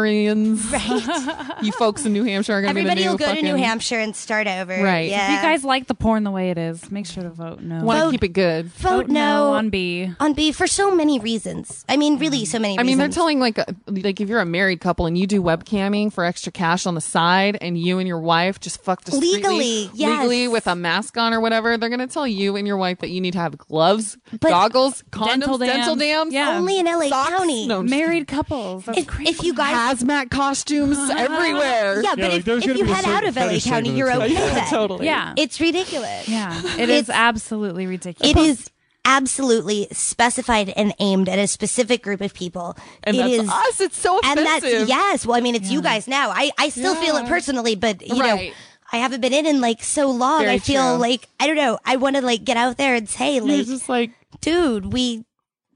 Hampshireans. (laughs) you folks in New Hampshire are going to be the
Everybody
new
will go to
fucking-
New Hampshire and start over.
Right. If you
If
Yeah.
you guys like the porn the way it is, make sure to vote no.
Want
Vote-
to keep it good.
vote no,
on B.
on B for so many reasons. I mean, really, so many.
I mean, they're
reasons.
telling like uh, like if you're a married couple and you do webcamming for extra cash on the side, and you and your wife just fuck discreetly,
Legally, yes.
legally with a mask on or whatever, they're gonna tell you and your wife that you need to have gloves,
But-
goggles, condoms,
Dental
dental
dams.
dams,
Yeah.
only in LA
socks.
County.
No, I'm just
Married couples. That's
If,
crazy.
if you guys,
kidding.
(laughs)
hazmat costumes everywhere.
yeah,
Yeah,
but
like,
if,
there's
if
gonna
you
be a
head
certain
out of LA
fetish thing
County,
with
you're
the
okay.
tail.
then.
(laughs) totally.
yeah.
It's ridiculous. (laughs)
yeah. It
It's-
is absolutely ridiculous.
It is absolutely specified and aimed at a specific group of people.
and
It
that's
is-
us. It's so
and
offensive.
that's yes. Well, I mean, it's you guys now. I I still feel it
Yeah.
personally, but you
Right.
know. I haven't been in in like so long.
Very
I feel
true.
like I don't know. I want to like get out there and say
You're
like,
just like
dude, we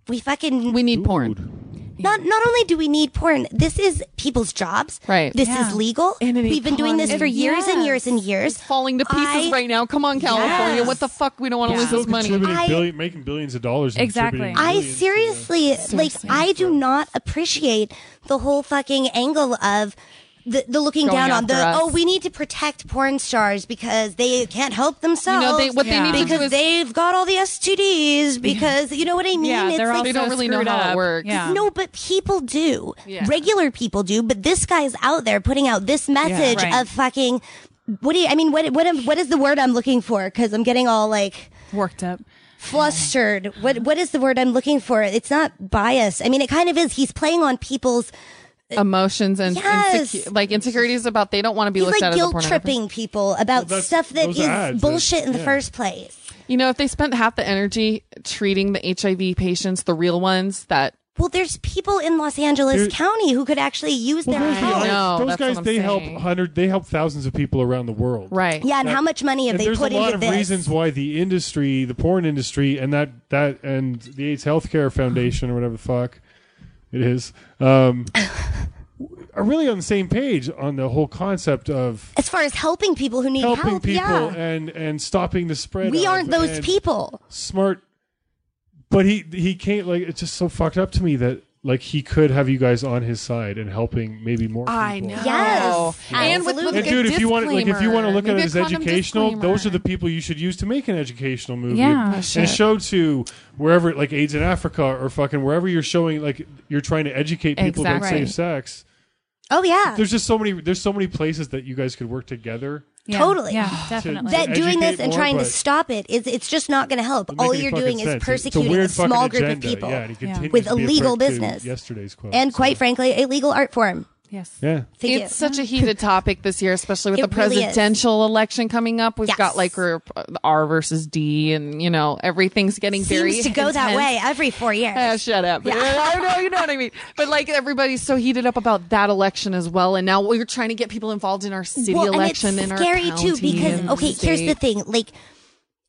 we fucking
we need
Dude.
porn.
not not only do we need porn, this is people's jobs.
Right.
This
Yeah.
is legal.
And an
We've been doing this
economy.
for years and
Yes.
years and years.
It's falling to pieces
I-
right now. Come on, California.
Yes.
What the fuck? We don't want to
Yeah.
lose this money.
Contributing
I-
billion- making billions of dollars. and
Exactly.
contributing
I
millions to the-
seriously, like, I do not appreciate the whole fucking angle of the, the looking
Going
down on the,
after us.
oh, we need to protect porn stars because they can't help
You
themselves.
know, they, what they
Yeah.
need to
because
do is
they've got all the STDs because, you know what I mean?
Yeah,
it's
they're all
like,
They don't
so
really know
screwed
how it
up.
works.
Yeah.
no, but people do.
Yeah.
Regular people do. But this guy's out there putting out this message
right.
of fucking what do you? I mean, what what what is the word I'm looking for? Because I'm getting all like
Worked up.
flustered. What what is the word I'm looking for? It's not bias. I mean, it kind of is. He's playing on people's.
Emotions and
Yes.
insecu- like insecurities about they don't want to be
He's
looked at
like
as a
guilt
pornographer.
tripping people about
that's-
stuff that
those
is
are ads.
bullshit in the
Yeah.
first place.
You know, if they spent half the energy treating the HIV patients, the real ones that
Well, there's people in Los Angeles
There-
County who could actually use
Well,
their
those
help.
guys,
No,
those
that's
guys
what I'm
they
saying.
help hundred, they help thousands of people around the world.
right.
Yeah, and
That-
how much money have
And
they
there's
put
a lot
into
of
this?
reasons why the industry, the porn industry, and that that and the AIDS Healthcare Foundation or whatever the fuck it is,
(laughs)
um, are really on the same page on the whole concept of
as far as helping people who need
helping
help,
people
yeah.
and and stopping the spread.
We
of
aren't those
and
people.
Smart, but he he can't like it's just so fucked up to me that like he could have you guys on his side and helping maybe more. people.
Yes,
And with, with
absolutely.
And
a
dude, if you want like if you want to
disclaimer,
look at
maybe
it
a
as
condom
educational, those are the
disclaimer.
people you should use to make an educational movie.
Yeah. Oh,
and
shit.
show to wherever like AIDS in Africa or fucking wherever you're showing like you're trying to educate people about
Exactly.
safe sex.
Oh yeah,
There's just so many there's so many places that you guys could work together.
Yeah.
Totally.
(sighs)
Yeah,
to-
definitely.
to
that doing
educate
this and
more,
trying to
but
stop it is it's just not going to help.
doesn't make
All
any
you're
fucking
doing is
sense. It's- it's
persecuting a,
weird fucking
small group of
agenda.
people
Yeah, and he
Yeah.
continues
With
to be a
illegal
prick to
business.
Yesterday's quote.
and quite
so-
frankly, a legal art form.
yes.
Yeah.
Thank
it's
you.
such a
(laughs)
heated topic this year, especially with
It
the
really is.
presidential election coming up. We've
Yes.
got like our- R versus D, and you know everything's getting very
Seems to go that
intense.
way every four years.
Ah, shut up. (laughs) I know you know what I mean. But like everybody's so heated up about that election as well, and now we're trying to get people involved in our city
well, and
election in
it's
our
scary too
county
because
and
okay, here's the
state.
thing, like.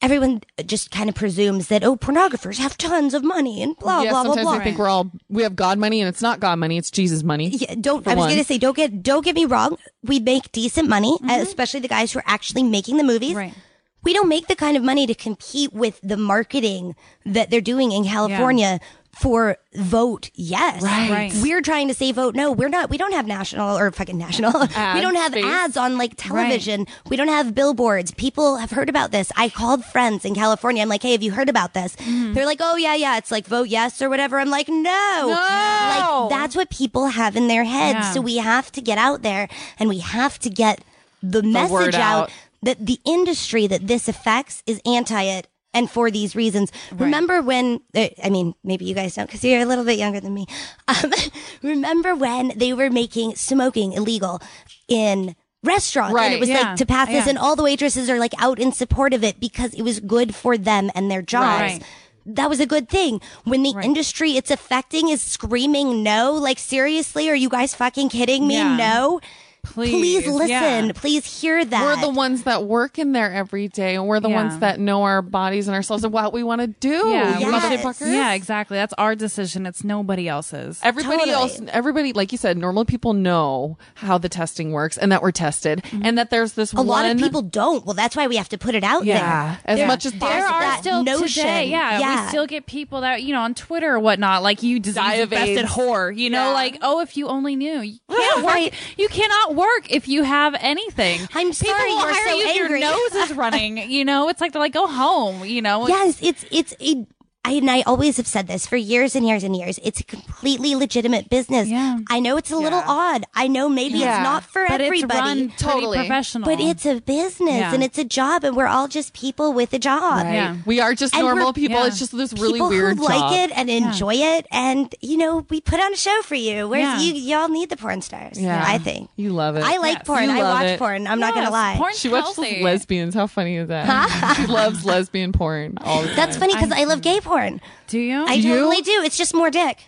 Everyone just kind of presumes that oh, pornographers have tons of money and blah
yeah,
blah blah
sometimes
blah.
I think we're all we have God money, and it's not God money; it's Jesus money.
Yeah, don't.
for
I was
one.
gonna say, don't get don't get me wrong. We make decent money, uh, especially the guys who are actually making the movies.
Right.
We don't make the kind of money to compete with the marketing that they're doing in California for vote. Yes,
Right.
Right.
We're trying to say vote. No, we're not. We don't have national or fucking national. (laughs) we
Ad
don't have
space.
ads on like television. We don't have billboards. People have heard about this. I called friends in California. I'm like, hey, have you heard about this? They're like, oh yeah, yeah. It's like vote yes or whatever. I'm like, no.
No.
Like that's what people have in their heads.
Yeah.
So we have to get out there and we have to get the,
word
message
out.
out that the industry that this affects is anti it and for these reasons. Remember when, uh, I mean, maybe you guys don't because you're a little bit younger than me. (laughs) Um, remember when they were making smoking illegal in restaurants and
Right.
it was
Yeah.
like to pass this
Yeah.
and all the waitresses are like out in support of it because it was good for them and their jobs
Right.
that was a good thing. When the industry it's affecting is screaming no, like seriously, are you guys fucking kidding me?
Yeah.
No.
Please.
listen.
Yeah.
Please hear that.
We're the ones that work in there every day, and we're the
Yeah.
ones that know our bodies and ourselves and what we want to do.
Yeah,
you
we should-
motherfuckers.
Yeah, exactly. That's our decision. It's nobody else's.
Everybody
Totally.
else, everybody, like you said, normal people know how the testing works and that we're tested, and that there's this
Mm-hmm. a lot
one
of people don't. Well, that's why we have to put it out
Yeah,
there.
as much as
there's
there
possible.
are
that
still
notion.
today, yeah,
Yeah.
we still get people that you know on Twitter or whatnot, like you
Die of
disease-infested
AIDS.
whore, you know,
Yeah.
like oh, if you only knew, you can't work,
(laughs) Right.
you cannot work if you have anything.
I'm
people
sorry
will
you're
hire
so
you if
angry.
Your
(laughs)
nose is running, you know. It's like they're like, go home, you know.
Yes, it's it's a I, and I always have said this for years and years and years. It's a completely legitimate business.
Yeah.
I know it's a little
Yeah.
odd. I know maybe
Yeah.
it's not for
but it's
everybody.
run pretty
Totally.
professional.
But it's a business
Yeah.
and it's a job, and we're all just people with a job.
Right?
Yeah.
We are just
And
normal
we're-
people.
yeah.
It's just this really
people
weird
who like
job.
it and enjoy it, and you know, we put on a show for you. Where's
Yeah.
you? Y'all need the porn stars.
Yeah.
I think.
You love it.
I like
Yes.
porn.
You
I
love
watch
it.
porn. I'm not gonna
Yes,
lie.
porn-
She watches
Healthy.
lesbians. How funny is that? she loves lesbian porn. All the
That's
time.
funny because I, love gay porn.
do you?
I (laughs) totally do. It's just more dick.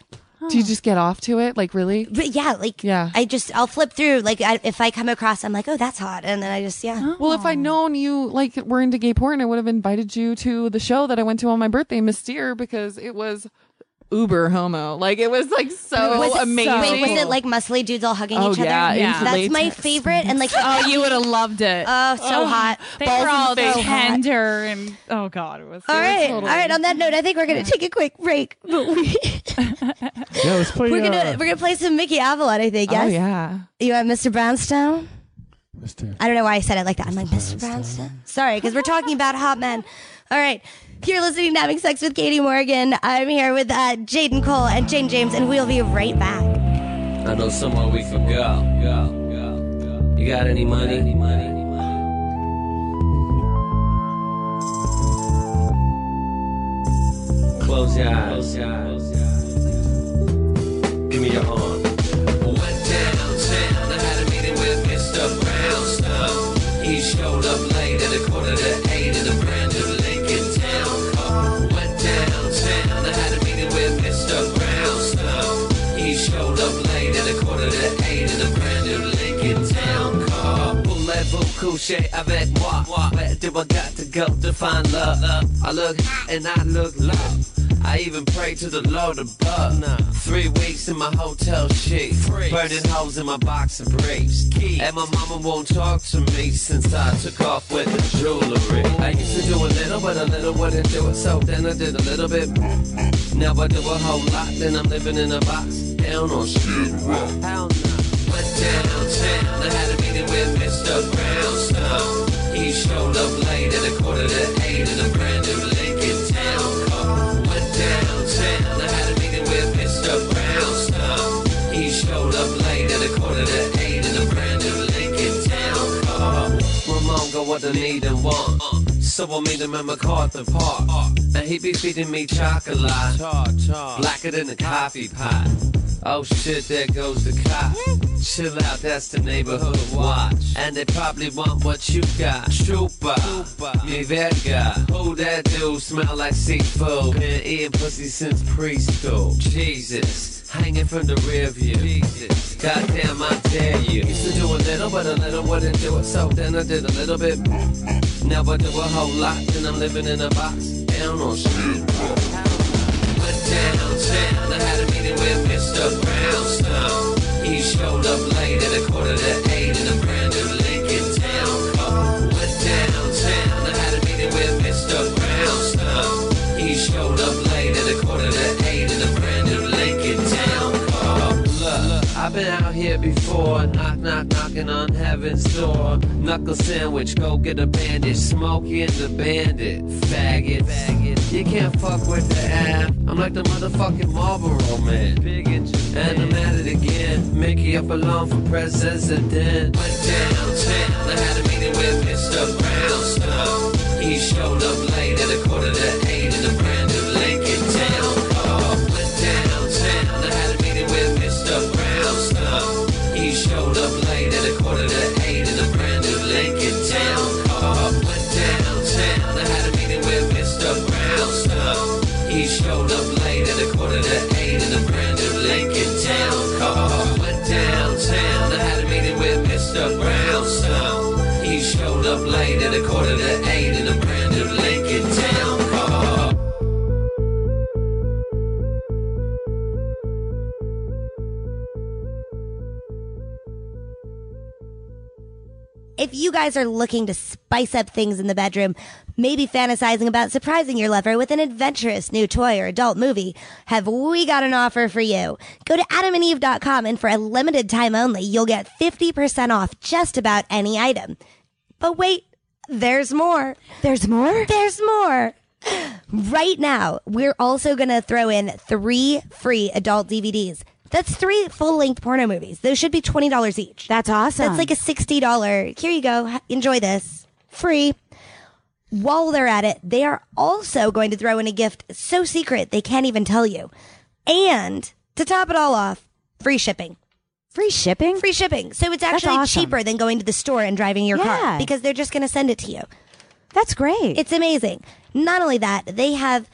Do you just get off to it? Like really?
But yeah, like
Yeah.
I just I'll flip through. Like I, if I come across, I'm like, oh, that's hot, and then I just yeah.
Well, if I'd known you like were into gay porn, I would have invited you to the show that I went to on my birthday, Mystere, because it was uber homo. Like it was like so
Was it-
Oh, amazing.
Wait, was it like muscly dudes all hugging
Oh,
each other?
yeah,
Yeah.
That's
into
my
latex.
favorite. And like, oh,
Oh, you would have loved it.
Uh, so hot.
they
Oh, balls
were
in
all
the face.
so tender and oh god, it was.
All right, all right. On that note, I think we're gonna take a quick break, but we,
Yeah, let's play.
we're gonna
uh,
we're gonna play some Mickey Avalon. I think. Yes.
Oh yeah.
You want Mr. Brownstone?
Mr.
I don't know why I said it like that. I'm like, Mr. Brownstone? Sorry, because we're talking about hot men. All right. You're listening to Having Sex with Katie Morgan. I'm here with uh, Jaden Cole and Jane James, and we'll be right back.
I know somewhere we could go. Go, go, go. You got any money? Any money? Any money? Close your eyes. Give me your arm. Went downtown. I had a meeting with Mr. Brownstone. He showed up late at a quarter to eight in a brand new Lincoln Town Car. Went downtown. I had a meeting with Mr. Brownstone. He showed up late at a quarter to eight in a brand new Lincoln Town Car. Voulez-vous coucher avec moi? Where do I got to go to find love? I look and I look love. I even pray to the Lord above. Three weeks in my hotel sheet, burning holes in my boxer briefs, and my mama won't talk to me since I took off with the jewelry. I used to do a little, but a little wouldn't do it, so then I did a little bit. more. Now I do a whole lot, then I'm living in a box down on Skid Row. Hell no. Went downtown, I had a meeting with Mr. Brownstone. He showed up late at a quarter to eight in a brand new Lincoln Town Car. Went downtown, I had a meeting with Mr. Brownstone. He showed up late at a quarter to eight in a brand new Lincoln Town Car. My mom got what I need and want. So I meet him in MacArthur Park. And he be feeding me chocolate. Blacker than a coffee pot. Oh shit, there goes the cop. Chill out, that's the neighborhood watch. And they probably want what you got. Trooper, mi verga. Who that dude smell like seafood? Been eating pussy since preschool. Jesus, hanging from the rear view. Jesus, goddamn, I dare you. Used to do a little, but a little wouldn't do it. So then I did a little bit. more. Now I do a whole lot, and I'm living in a box. Down on street. Went downtown, I had a meeting with Mr. Brownstone. He showed up late at a quarter to eight in a brand new Lincoln Town Car. Went downtown, I had a meeting with Mr. Brownstone. He showed up late at a quarter to eight in a brand new Lincoln Town Car. Look, I've been out here before. Knock, knock, knocking on heaven's door. Knuckle sandwich, go get a bandage. Smokey and the bandit. Faggot, faggot. You can't fuck with the app. I'm like the motherfucking Marlboro man. Big and I'm at it again. Mickey up along for president. Went downtown, I had a meeting with Mr. Brownstone. He showed up late at a quarter to eight in a brand new Lincoln Town Car. Went downtown, I had a meeting with Mr. Brownstone. He showed up late at a quarter to eight in a brand new Lincoln Town Car. Went downtown, I had a meeting with Mr. Brownstone. He showed up late at a quarter to eight in a brand new Lincoln Town Car. Went downtown, I had a meeting with Mr. Brownstone. He showed up late at a quarter to eight in a brand new Lincoln Town Car.
If you guys are looking to spice up things in the bedroom, maybe fantasizing about surprising your lover with an adventurous new toy or adult movie, have we got an offer for you? Go to adamandeve.com and for a limited time only, you'll get 50% off just about any item. But wait, there's more.
There's more?
There's more. Right now, we're also going to throw in three free adult DVDs. That's three full length porno movies. Those should be $20 each.
That's awesome.
That's like a $60. Here you go. H- Enjoy this. Free. While they're at it, they are also going to throw in a gift so secret they can't even tell you. And to top it all off, free shipping.
free shipping.
Free shipping. So it's actually
awesome.
cheaper than going to the store and driving your
Yeah.
car because they're just going to send it to you.
That's great.
It's amazing. Not only that, they have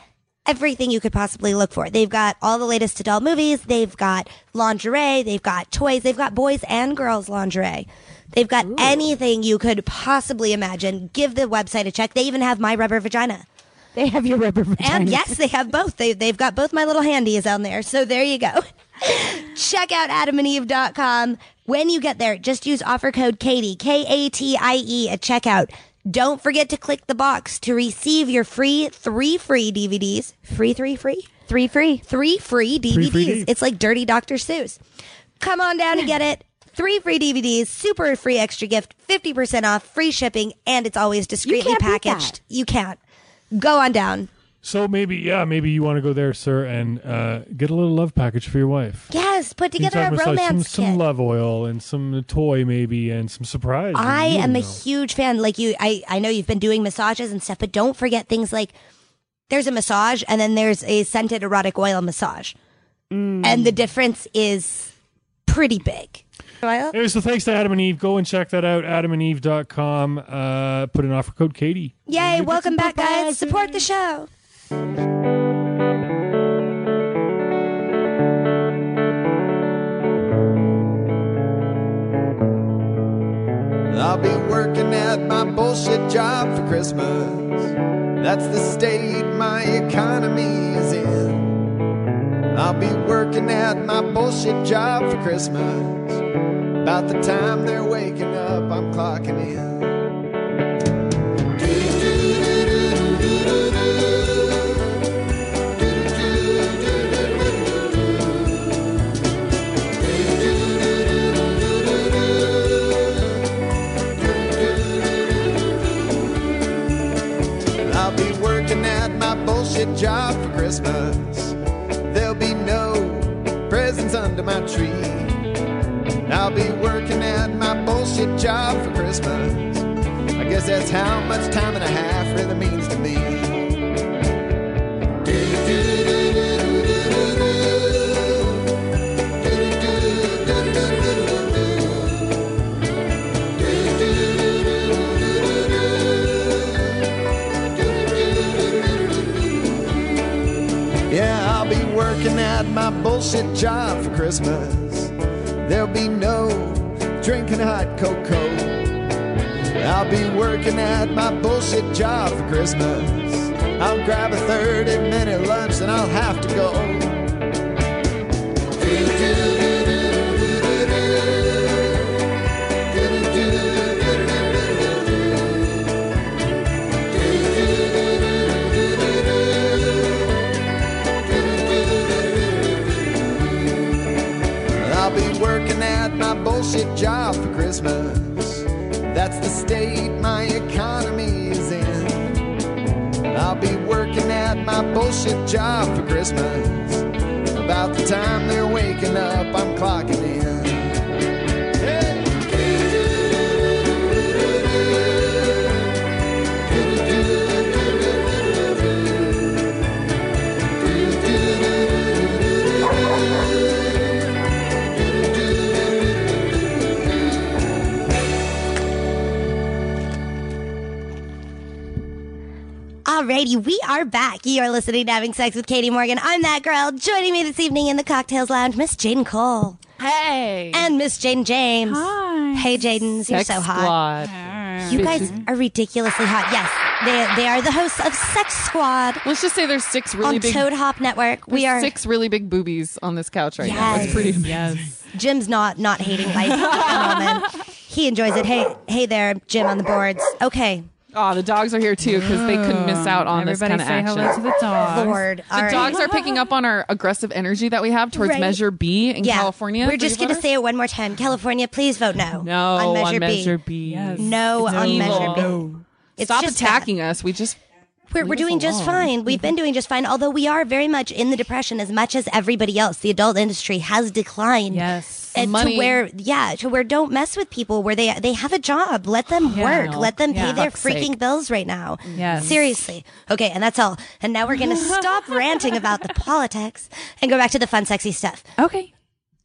everything you could possibly look for. They've got all the latest adult movies, they've got lingerie, they've got toys, they've got boys and girls lingerie. They've got anything you could possibly imagine. Give the website a check. They even have my rubber vagina.
they have your rubber
And
vagina.
yes, they have both. They, they've got both my little handies on there. So there you go. (laughs) Check out adamandeve.com. When you get there, just use offer code Katie, K A T I E, at checkout. Don't forget to click the box to receive your free three free DVDs. Free, three, free?
three free.
Three free DVDs.
free D.
It's like Dirty Dr. Seuss. Come on down and get it. Three free DVDs, super free extra gift, 50% off, free shipping, and it's always discreetly
can't beat
packaged. You can't. Go on down.
So maybe, yeah, maybe you want to go there, sir, and uh, get a little love package for your wife.
Yes, put
You
together a
talk about some,
romance
some
kit.
love oil and some toy maybe and some surprise.
I
You
am a
know.
huge fan. Like you, I, I know you've been doing massages and stuff, but don't forget things like there's a massage and then there's a scented erotic oil massage.
Mm.
And the difference is pretty big. Oil?
Anyway, so thanks to Adam and Eve. Go and check that out, adamandeve.com. Uh, put an offer code Katie.
Yay, welcome back, guys. Support
eh?
the show.
I'll be working at my bullshit job for Christmas. That's the state my economy is in. I'll be working at my bullshit job for Christmas. About the time they're waking up, I'm clocking in. I'll be working at my bullshit job for Christmas. There'll be no presents under my tree. I'll be working at my bullshit job for Christmas. I guess that's how much time and a half really means to me. Yeah, I'll be working at my bullshit job for Christmas. There'll be no drinking hot cocoa. I'll be working at my bullshit job for Christmas. I'll grab a 30 minute lunch and I'll have to go. I'll be working at my bullshit job for Christmas. That's the state my economy is in. I'll be working at my bullshit job for Christmas. About the time they're waking up, I'm clocking in. Hey!
Alrighty, we are back. You are listening to Having Sex with Katie Morgan. I'm that girl. Joining me this evening in the Cocktails Lounge, Miss Jaden Cole
Hey.
and Miss Jane James.
Hi.
Hey, Jaden, you're
Sex
so hot.
Squad.
You guys are ridiculously hot. Yes, they, they are the hosts of Sex Squad
Let's just say there's six really
on
big.
Toad Hop Network. We
there's
are
six really big boobies on this couch right now.
Yes. (laughs)
It's pretty amazing.
Yes.
Jim's not not hating life at the moment.
(laughs)
He enjoys it. Hey, hey there, Jim on the boards. Okay,
Oh, the dogs are here too because they couldn't miss out on this
Everybody
kind of
say
action.
hello to the dogs.
Lord.
The
All right.
dogs are picking up on our aggressive energy that we have towards
Right.
Measure B in California.
We're just
Did you
gonna
vote?
say it one more time. California, please vote no.
no
on Measure, B.
B.
Yes.
No
It's
on
evil.
Measure B. It's
Stop
just
attacking us. We just
We're, we're
Leave us
doing just
alone.
fine. We've been doing just fine, although we are very much in the depression as much as everybody else. The adult industry has declined.
Yes.
And
Money.
to where, yeah, to where don't mess with people where they they have a job. Let them work.
no.
Let them
Yeah.
pay their
Fuck's sake.
freaking bills right now.
Yes.
Seriously. Okay, and that's all. And now we're going to
(laughs)
stop ranting about the politics and go back to the fun, sexy stuff.
Okay.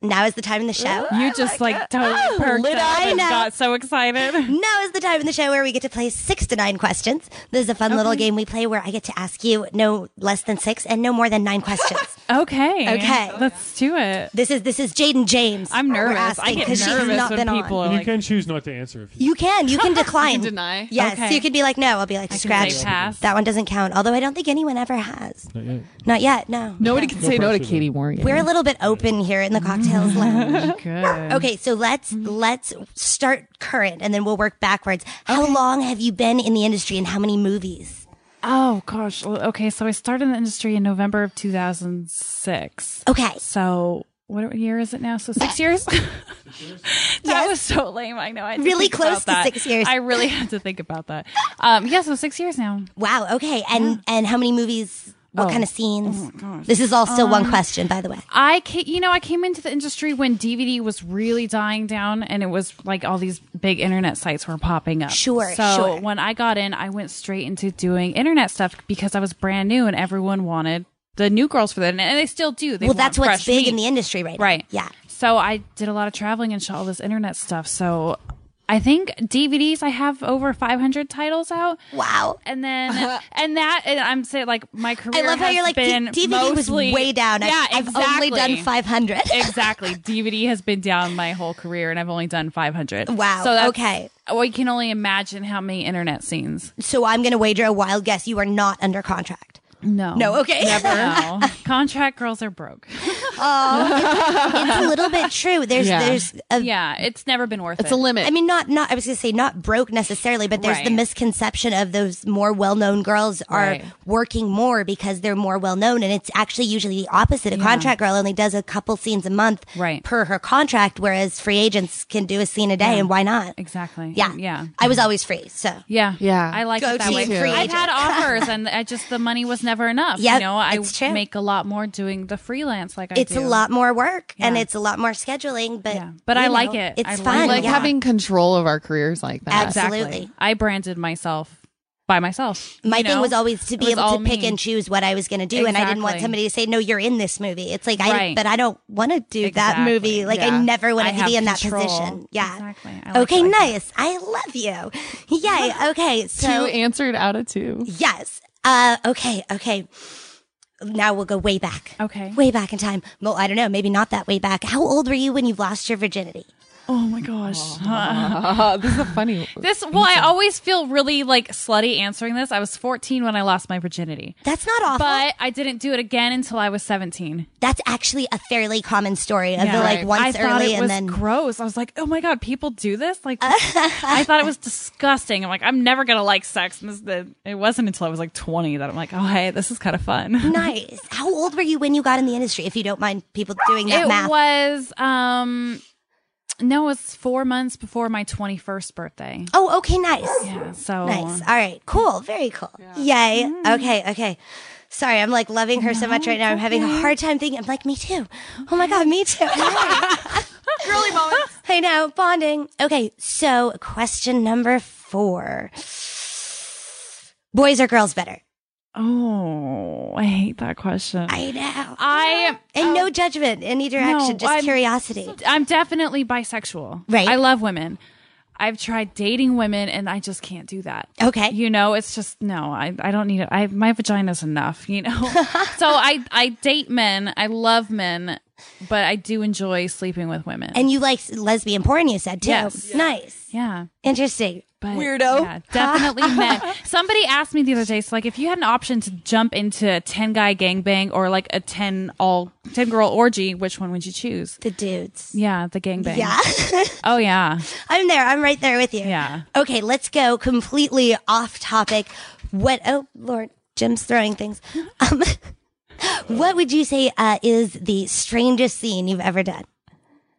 Now is the time in the show.
You just like totally perked
lit
up
up.
and
I know.
got so excited.
Now is the time in the show where we get to play six to nine questions. This is a fun little game we play where I get to ask you no less than six and no more than nine
(laughs)
questions.
Okay.
Okay.
Let's do it.
This is this is Jaden James.
I'm
We're
nervous. I
asking
get
'cause
nervous
she has not
when
been on.
people are
And you
like,
can choose not to answer if you.
You can.
(laughs)
You can decline.
deny?
Yes.
Okay.
So you could be like, no. I'll be like,
I can
scratch.
say pass.
That one doesn't count. Although I don't think anyone ever has.
Not yet.
Not yet. No.
nobody can say no to
pressure, though.
Katie Morgan.
We're a little bit open here in the
(laughs)
cocktails lounge.
good.
Okay, so let's let's start current, and then we'll work backwards. How long have you been in the industry, and how many movies?
Oh gosh. Well, Okay, so I started in the industry in November of 2006.
Okay,
So what year is it now? So six
(laughs)
years. that was so lame. I know. I had to
Really
think about
close to
that.
six years.
I really had to think about that. Um, yeah. So six years now.
wow. Okay, and and how many movies? What
Oh.
kind of scenes?
gosh.
this is all still one
Um,
question, by the way.
I ca you know, I came into the industry when DVD was really dying down, and it was like all these big internet sites were popping up.
Sure,
So
sure.
when I got in, I went straight into doing internet stuff because I was brand new, and everyone wanted the new girls for that, and they still do. They
well,
want
that's what's
fresh
big
meat.
in the industry right now.
Right.
Yeah.
So I did a lot of traveling and shot all this internet stuff. So I think DVDs, I have over 500 titles out.
Wow.
And
(laughs)
then, and that, and I'm saying like my career.
I love how
has
you're like, D-
been
DVD
mostly-
was way down.
Yeah,
I've,
exactly.
I've only done (laughs) 500.
exactly. DVD has been down my whole career, and I've only done 500.
Wow,
So that's,
okay.
Well, you can only imagine how many internet scenes.
so I'm going to wager a wild guess you are not under contract.
No.
No, okay. (laughs)
Never. No. Contract girls are broke.
it's a little
(laughs)
bit true. There's,
Yeah.
there's a
Yeah, it's never been worth
It's
it.
a limit.
I mean, not not. I was gonna say not broke necessarily, but there's the
Right.
misconception of those more well-known girls are
Right.
working more because they're more well-known, and it's actually usually the opposite. A contract girl only does a couple scenes a month
Right.
per her contract, whereas free agents can do a scene a day, and why not?
Exactly.
Yeah,
Yeah.
I was always free, so
Yeah,
Yeah.
I like
Go
it that
team
way.
Me too.
I've had offers, and I just the money was never enough.
Yep,
you know, I
it's true.
make a lot more doing the freelance. Like I
it's a
do.
lot more work and it's a lot more scheduling, but
Yeah. But
you
I like
know,
it.
It's
I like
fun,
it.
like
yeah.
having control of our careers like that.
Exactly.
Absolutely.
I branded myself by myself.
My
you
thing
know?
was always to
It
be
was
able
all
to pick
me.
and choose what I was going to do, and I didn't want
Exactly.
somebody to say, "No, you're in this movie." It's like, I
Right.
but I don't want to do that
Exactly.
movie. Like, I
Yeah.
never
I
wanted to
have
be in that
control.
position. Yeah.
Exactly. I like it
okay,
like that.
nice. I love you.
(laughs)
Yay. Okay,
Two
so
answered out
(laughs)
of two. (laughs)
yes. Uh, okay, okay. Now we'll go way back.
Okay.
Way back in time. Well, I don't know. Maybe not that way back. How old were you when you lost your virginity?
Oh my gosh.
Uh, this is a funny.
This well, I always feel really like slutty answering this. I was 14 when I lost my virginity,
That's not awful.
but I didn't do it again until I was 17.
That's actually a fairly common story of the like
Right.
once
I thought
early
it
and
was
then
gross. I was like, oh my god, people do this. Like, I thought it was disgusting. I'm like, I'm never gonna like sex. And this, the, it wasn't until I was like 20 that I'm like, oh hey, this is kind of (laughs) fun.
(laughs) Nice. How old were you when you got in the industry? If you don't mind people doing that
it
math.
was um, no, it was four months before my 21st birthday.
oh, okay, nice.
Yeah, so
Nice. All right. Cool. Very cool. Yay.
Mm-hmm.
Okay. Okay. Sorry, I'm like loving her so much right now. I'm having a hard time thinking. I'm like, me too. Oh my God, me too.
(laughs) girly moments.
(laughs) I know, bonding. Okay, so question number four Boys or girls better?
Oh, I hate that question. I,
I know.
I Oh.
and no judgment in either direction, just
I'm-
curiosity.
I'm definitely bisexual.
Right.
I love women. I've tried dating women and I just can't do that.
Okay.
You know, it's just no, I, I don't need it. I my vagina's enough,
(laughs)
you know. so I I date men. I love men, but I do enjoy sleeping with women.
and you like lesbian porn, you said too.
Yes.
Nice.
yeah.
Interesting.
But
Weirdo.
Yeah, definitely
(laughs)
men. Somebody asked me the other day, so like if you had an option to jump into a ten guy gangbang or like a ten all ten girl orgy, which one would you choose?
The dudes.
Yeah, the gangbang.
Yeah. (laughs)
Oh yeah.
I'm there. I'm right there with you.
Yeah.
Okay, let's go completely off topic. What? Oh, Lord, Jim's throwing
(laughs)
things. Um, (laughs) what would you say uh, is the strangest scene you've ever done?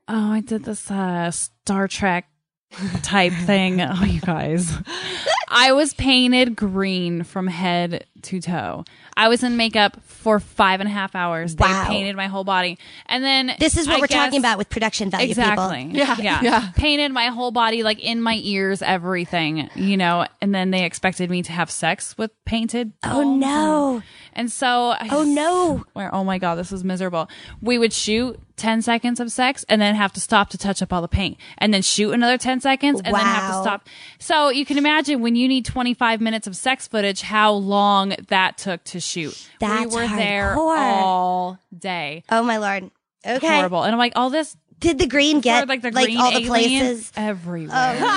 Oh, I did this uh, Star Trek
(laughs)
type thing. Oh, you guys. I was painted green from head to toe. I was in makeup for five and a half hours.
Wow.
They painted my whole body. And then
This is what
I
we're talking
guess-
about with production value,
Exactly.
people.
Yeah, yeah. Painted my whole body, like in my ears, everything, you know. And then they expected me to have sex with painted.
Oh
balls.
no!
And so, I
Oh
just-
no!
where oh my god this is miserable we would shoot 10 seconds of sex and then have to stop to touch up all the paint and then shoot another 10 seconds and then have to
Wow.
stop so you can imagine when you need 25 minutes of sex footage how long that took to shoot
That's
we were there
hardcore.
all day
Oh my lord! Okay.
horrible and i'm like all this
Did the green
yeah,
get
like the green
all the
alien
places?
everywhere
Oh
(laughs)
no!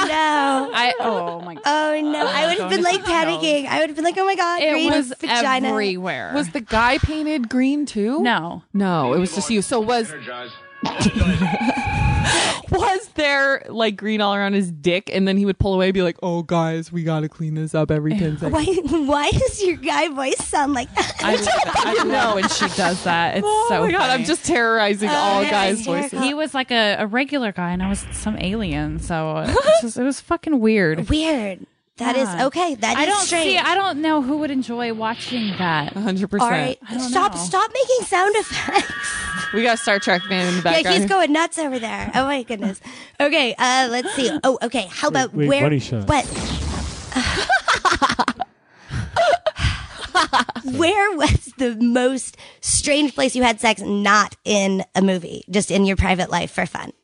i oh my god
(laughs) Oh no! I would have been like panicking. I would have been like, "Oh my god!"
Oh, it
green
was
vagina.
everywhere
Was the guy painted green too?
no
No, it was just you. So was was there like green all around his dick, and then he would pull away, and be like, "Oh, guys, we gotta clean this up every ten seconds."
(laughs) Why? Why does your guy voice sound like that? (laughs)
I love, it. I love when she does that. It's
Oh
so
my god, I'm
funny.
just terrorizing all
that
guys'
is terrifying.
voices.
He was like a, a regular guy, and I was some alien. So it was, just, it was fucking weird.
Weird. That is
Yeah.
okay. That
I
is
don't
strange.
see. I don't know who would enjoy watching
(laughs)
that.
100%.
All right,
I don't
stop!
know.
Stop making sound effects.
We got Star Trek fan in the
yeah,
background.
he's going nuts over there. Oh my goodness. Okay, uh, let's see. Oh, okay. How about
wait,
where?
buddy shot.
What?
(laughs)
where was the most strange place you had sex? Not in a movie, just in your private life for fun.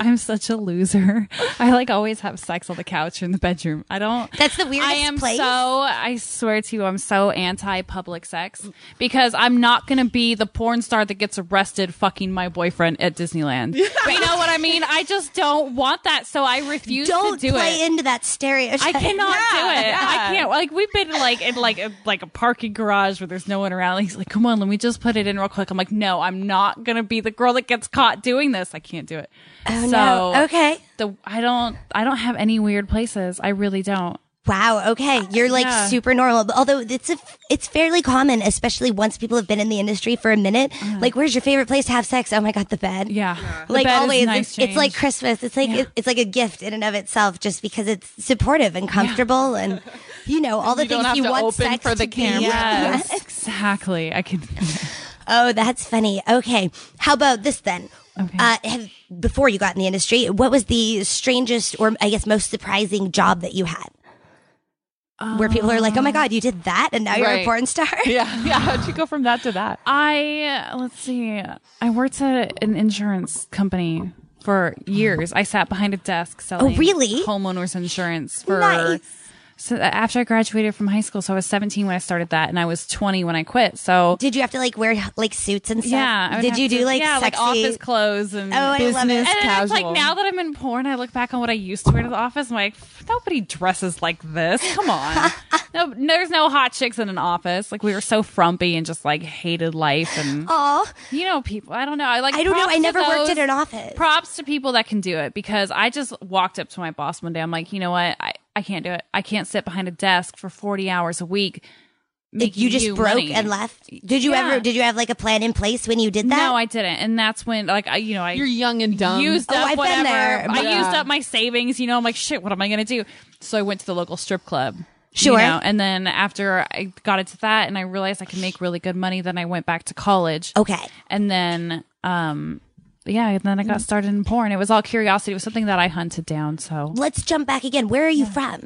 I'm such a loser. I like always have sex on the couch or in the bedroom. I don't.
That's the weirdest
I am
place.
so. I swear to you, I'm so anti public sex because I'm not gonna be the porn star that gets arrested fucking my boyfriend
(laughs)
at Disneyland. But you know what I mean? I just don't want that, so I refuse
Don't
to do
play
it.
into that stereotype. (laughs)
I cannot do it.
yeah.
I can't. Like we've been like in like a, like a parking garage where there's no one around. He's like, "Come on, let me just put it in real quick." I'm like, "No, I'm not gonna be the girl that gets caught doing this. I can't do it."
Oh,
so
no. Okay.
the I don't I don't have any weird places. I really don't.
Wow. Okay, you're like
Yeah.
super normal. But Although it's a, it's fairly common, especially once people have been in the industry for a minute. Like, where's your favorite place to have sex? Oh my god, the bed.
Uh-huh. Yeah, The
like
bed is a
always,
nice
it's, it's like
change.
Christmas. It's like
Yeah.
it's like a gift in and of itself, just because it's supportive and comfortable,
(laughs)
and you know all the
You don't
things
have
you
to
want
open
sex
for the
to be.
camera.
Yes, exactly. I could.
Oh, that's funny. Okay, how about this then?
Okay.
Uh, have, before you got in the industry, what was the strangest or I guess most surprising job that you had? Where people are
Uh,
like, "Oh my god, you did that, and now you're a
Right.
porn star."
(laughs) yeah, yeah. How'd you go from that to that?
I let's see. I worked at an insurance company for years. I sat behind a desk selling
really?
homeowners insurance for
Nice.
so uh, after I graduated from high school, so I was 17 when I started that and I was 20 when I quit. So
(laughs) Did you have to like wear like suits and stuff?
yeah, I would
Did
have
you
to-
do like
yeah,
sexy?
like office clothes and
oh, I love it.
business
and then it's
casual.
like now that I'm in porn, I look back on what I used to wear to the office. I'm like, nobody dresses like this. Come (laughs) on, no, there's no hot chicks in an office. Like we were so frumpy and just like hated life and
Oh,
you know people. I don't know. I like.
I don't know.
props
I
to
never worked
those-
at an office.
Props to people that can do it because I just walked up to my boss one day. I'm like, you know what? I I can't do it. I can't sit behind a desk for 40 hours a week.
Like
making
you just broke
money.
and left. Did you
Yeah.
ever? Did you have like a plan in place when you did that?
No, I didn't. And that's when, like, I, you know, I
You're young and dumb.
used
Oh,
up
I've been
whatever.
there.
I
Yeah.
used up my savings. You know, I'm like, shit, what am I going to do? So I went to the local strip club. you
Sure.
know, and then after I got into that and I realized I could make really good money, then I went back to college.
Okay.
And then, um, yeah, and then I got started in porn. It was all curiosity. It was something that I hunted down. So
Let's jump back again. Where are you from?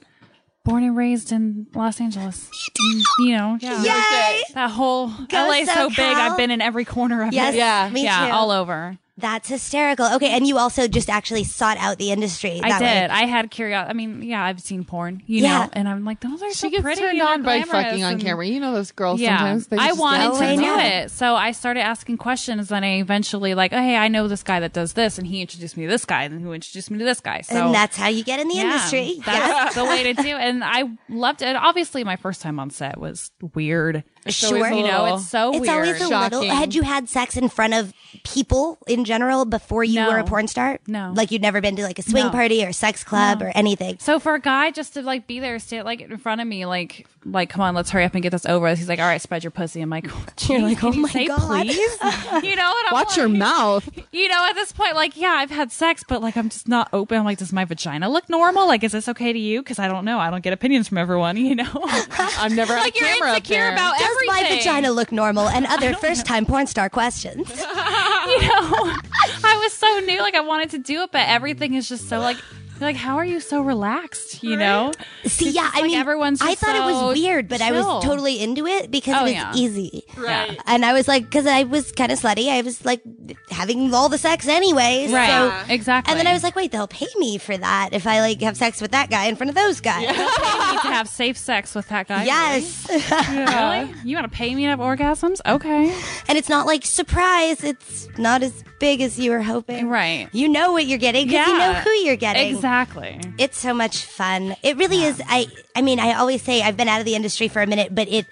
born and raised in Los Angeles. Mm, You know, yeah.
Yay!
Oh, That whole
Go
LA is so
SoCal.
big. I've been in every corner of
Yes.
it.
Yeah.
Me
yeah,
too.
all over.
That's hysterical. Okay, and you also just actually sought out the industry.
I
that way.
did. I had curiosity. I mean, yeah, I've seen porn, you
Yeah.
know, and I'm like, those are so
She gets
pretty.
turned
and
on by
glamorous
fucking on
and-
camera. You know those girls
Yeah,
sometimes. They
I
just
wanted
get
to
turned
do
on.
it, so I started asking questions, and I eventually like, oh, hey, I know this guy that does this, and he introduced me to this guy, and who introduced me to this guy. So
and that's how you get in the
yeah,
industry. (laughs)
That's the way to do. it. And I loved it. Obviously, my first time on set was weird.
Yes.
always
Sure.
a
You know, it's so
it's
weird.
always a
Shocking.
little. Had you had sex in front of people in general before you
No.
were a porn star?
No.
Like you'd never been to like a swing
No.
party or sex club or anything.
So for a guy just to like be there, sit like in front of me, like like come on, let's hurry up and get this over. with. He's like, all right, spread your pussy. I'm like,
(laughs) You're like,
can
oh
you
my
say
God. (laughs)
please? you know, and I'm
Watch
like, (laughs)
your mouth.
You know, at this point, like, yeah, I've had sex, but like, I'm just not open. I'm like, does my vagina look normal? Like, is this okay to you? Because I don't know. I don't get opinions from everyone. You know,
(laughs)
I've never had
like
a
you're
camera up
insecure
there.
about
Does
everything.
my vagina look normal?
(laughs)
And other first-time porn star questions.
you know (laughs) i was so new like i wanted to do it but everything is just so like like how are you so relaxed you know
See, yeah, I
like
mean,
everyone's
I
just
thought it was
so
weird, but I
chill.
was totally into it because
Oh,
it was
yeah.
easy.
Right. Yeah.
And I was like, because I was kind of slutty, I was like having all the sex anyways.
right
So,
exactly
And then I was like, wait, they'll pay me for that if I like have sex with that guy in front of those guys.
you need to have safe sex with that guy
Yes.
really, Really? you want to pay me to have orgasms okay
and it's not like surprise, it's not as big as you were hoping.
Right.
You know what you're getting because you know
Yeah.
who you're getting.
exactly
It's so much fun. It really is. I I mean, I always say I've been out of the industry for a minute, but it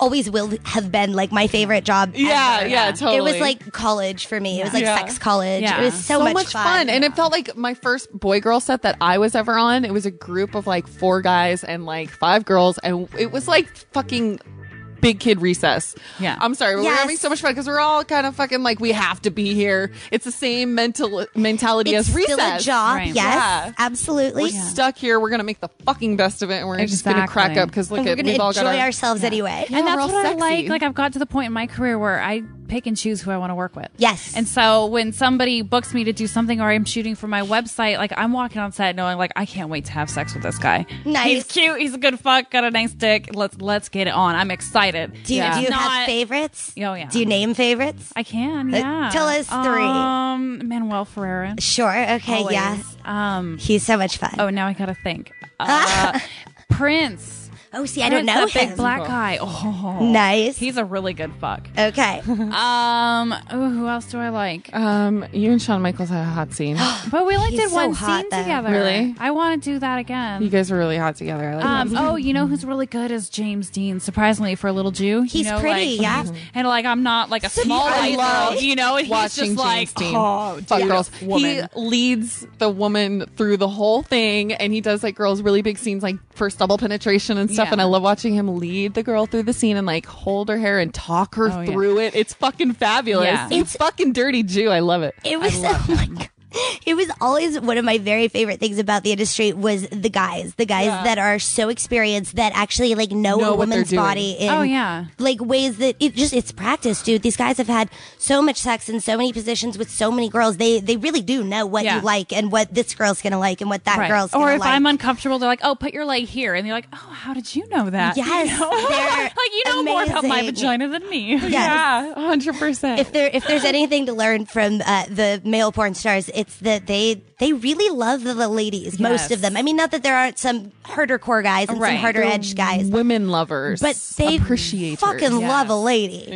always will have been like my favorite job.
yeah,
ever.
yeah, totally.
It was like college for me. It was like
Yeah.
sex college.
Yeah.
It was so,
so much, fun. And it felt like my first boy girl set that I was ever on. It was a group of like four guys and like five girls. And it was like fucking big kid recess.
Yeah.
I'm sorry, but
Yes.
we're having so much fun because we're all kind of fucking like we have to be here. It's the same mental mentality
It's
as recess.
still a job.
Right.
Yes,
Yeah.
absolutely.
We're stuck here. We're gonna make the fucking best of it, and we're just gonna crack
Exactly.
up because look
And we're
at
going to
we've all
enjoy
got our,
ourselves anyway.
and
Yeah,
that's
we're all
what I
sexy.
like. Like I've got to the point in my career where I pick and choose who I want to work with.
Yes.
And so when somebody books me to do something or I'm shooting for my website, like I'm walking on set knowing like I can't wait to have sex with this guy.
Nice.
He's cute. He's a good fuck. Got a nice dick. Let's let's get it on. I'm excited.
Do you,
It's
do you have
not-
favorites?
Oh, yeah.
Do you name favorites?
I can. Yeah.
Uh, tell us three.
Um, Manuel Ferreira.
Sure. Okay.
Always.
Yes.
Um.
He's so much fun.
Oh, now I gotta
(laughs)
think. Uh, Prince.
Oh, see, I don't
Prince,
know
that big
him.
black guy. Oh,
Nice.
He's a really good fuck.
okay.
Um, ooh, who else do I like?
Um, you and Shawn Michaels had a hot scene.
But we only
He's
did
so
one
hot,
scene
though.
together.
Really?
I want to do that again.
you guys were really hot together. I like that.
um, oh, you know who's really good is James Dean. Surprisingly, for a little Jew, You
He's
know,
pretty,
like,
yeah.
he's- And like, I'm not like a small
I
white
love
girl, you know. And he's
watching
just like,
James Dean.
oh,
Fuck
dude,
girls.
woman.
He leads the woman through the whole thing, and he does like girls really big scenes, like first double penetration and stuff.
Yeah.
And I love watching him lead the girl through the scene and like hold her hair and talk her
Oh, yeah.
through it. It's fucking fabulous.
Yeah.
It's fucking dirty Jew. I love it.
It was (laughs) oh my God. It was always one of my very favorite things about the industry was the guys, the guys that are so experienced that actually like know,
Know
a
what they're
woman's
doing.
body in
Oh, yeah.
like ways that it just it's practice, dude. These guys have had so much sex in so many positions with so many girls. They they really do know what
Yeah.
you like and what this girl's gonna like and what that
Right.
girl's gonna
Or if
like.
I'm uncomfortable, they're like, "Oh, put your leg here," and they're like, "Oh, how did you know that?" You
Yes,
know? (laughs)
they're
like you know more about my
amazing.
vagina than me. (laughs)
Yeah, hundred percent.
if there if there's anything to learn from uh, the male porn stars, it's that they they really love the, the ladies. Most of them. I mean, not that there aren't some harder core guys and some
Right.
harder edge guys,
women lovers,
but they
appreciate
fucking
Yeah.
love a lady.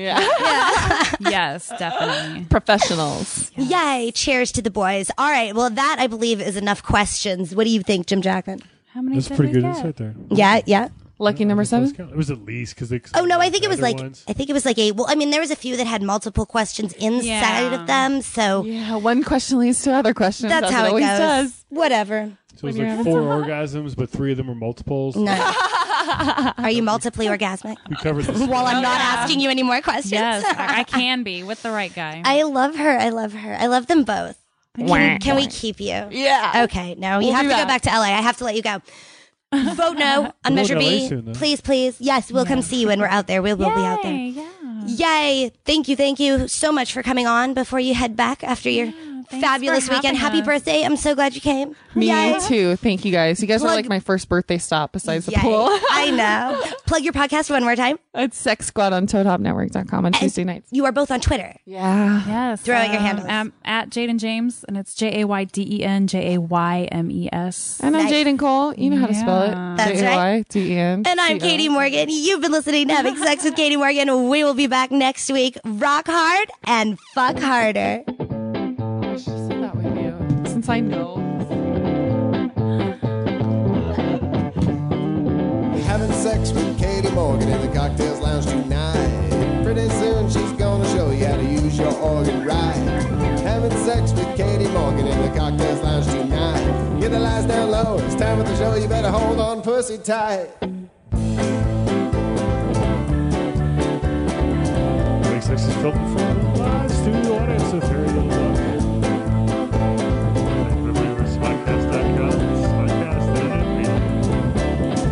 yes, definitely.
(laughs) professionals.
Yay! Cheers to the boys. All right. Well, that I believe is enough questions. What do you think, Jim Jackman?
How many?
That's
did
pretty
we
good
get?
insight there.
Yeah, yeah.
Lucky number seven.
It was at least because they.
Oh no, I think it was
other
like
ones-
I think it was like a. Well, I mean, there was a few that had multiple questions inside
Yeah.
of them, so
Yeah, one question leads to other questions.
that's
as
how it
always
goes.
does.
Whatever.
So it was like four orgasms, but three of them were multiples.
(laughs)
No. Are you multiply orgasmic?
We
(laughs)
covered this.
While I'm not asking you any more questions.
Yes, I I can be with the right guy.
(laughs) I love her. I love her. I love them both. Can, can we keep you?
Yeah.
Okay. No, you
We'll
have
do
to
that.
go back to LA. I have to let you go. Vote no on
We'll
Measure
go to LA
B.
soon, though.
please, please. Yes, we'll come see you when we're out there. We will be out there.
Yay, yeah.
Yay. Thank you. Thank you so much for coming on before you head back after your
for
fabulous weekend. Happy
having us.
birthday. I'm so glad you came.
Me
Yay.
too. Thank you guys. You guys are
Plug-
like my first birthday stop besides the
Yay.
(laughs) pool.
I know. Plug your podcast one more time.
It's Sex Squad on ToadHopNetwork.com on Tuesday nights.
You are both on Twitter.
Yeah.
Yes.
Throw out your
um,
handles.
I'm at Jaden James, and it's J A Y D E N J A Y M E S.
And I'm
Nice.
Jaden Cole. You know how to spell
Yeah.
it.
That's right.
J-A-Y-D-E-N.
And I'm Katie Morgan. You've been listening to Having Sex with Katie Morgan. We will be back next week. Rock hard and fuck harder.
I should have said that with you. Since I know.
Having sex with Katie Morgan in the cocktails lounge tonight. Pretty soon she's gonna show you how to use your organ right. Having sex with Katie Morgan in the cocktails lounge tonight. Get the lights down low. It's time for the show. You better hold on, pussy tight.
Makes sex is felt in front of the lights to the audience of Harry Little Dog. Remember, smodcast.com, smodcast, and it-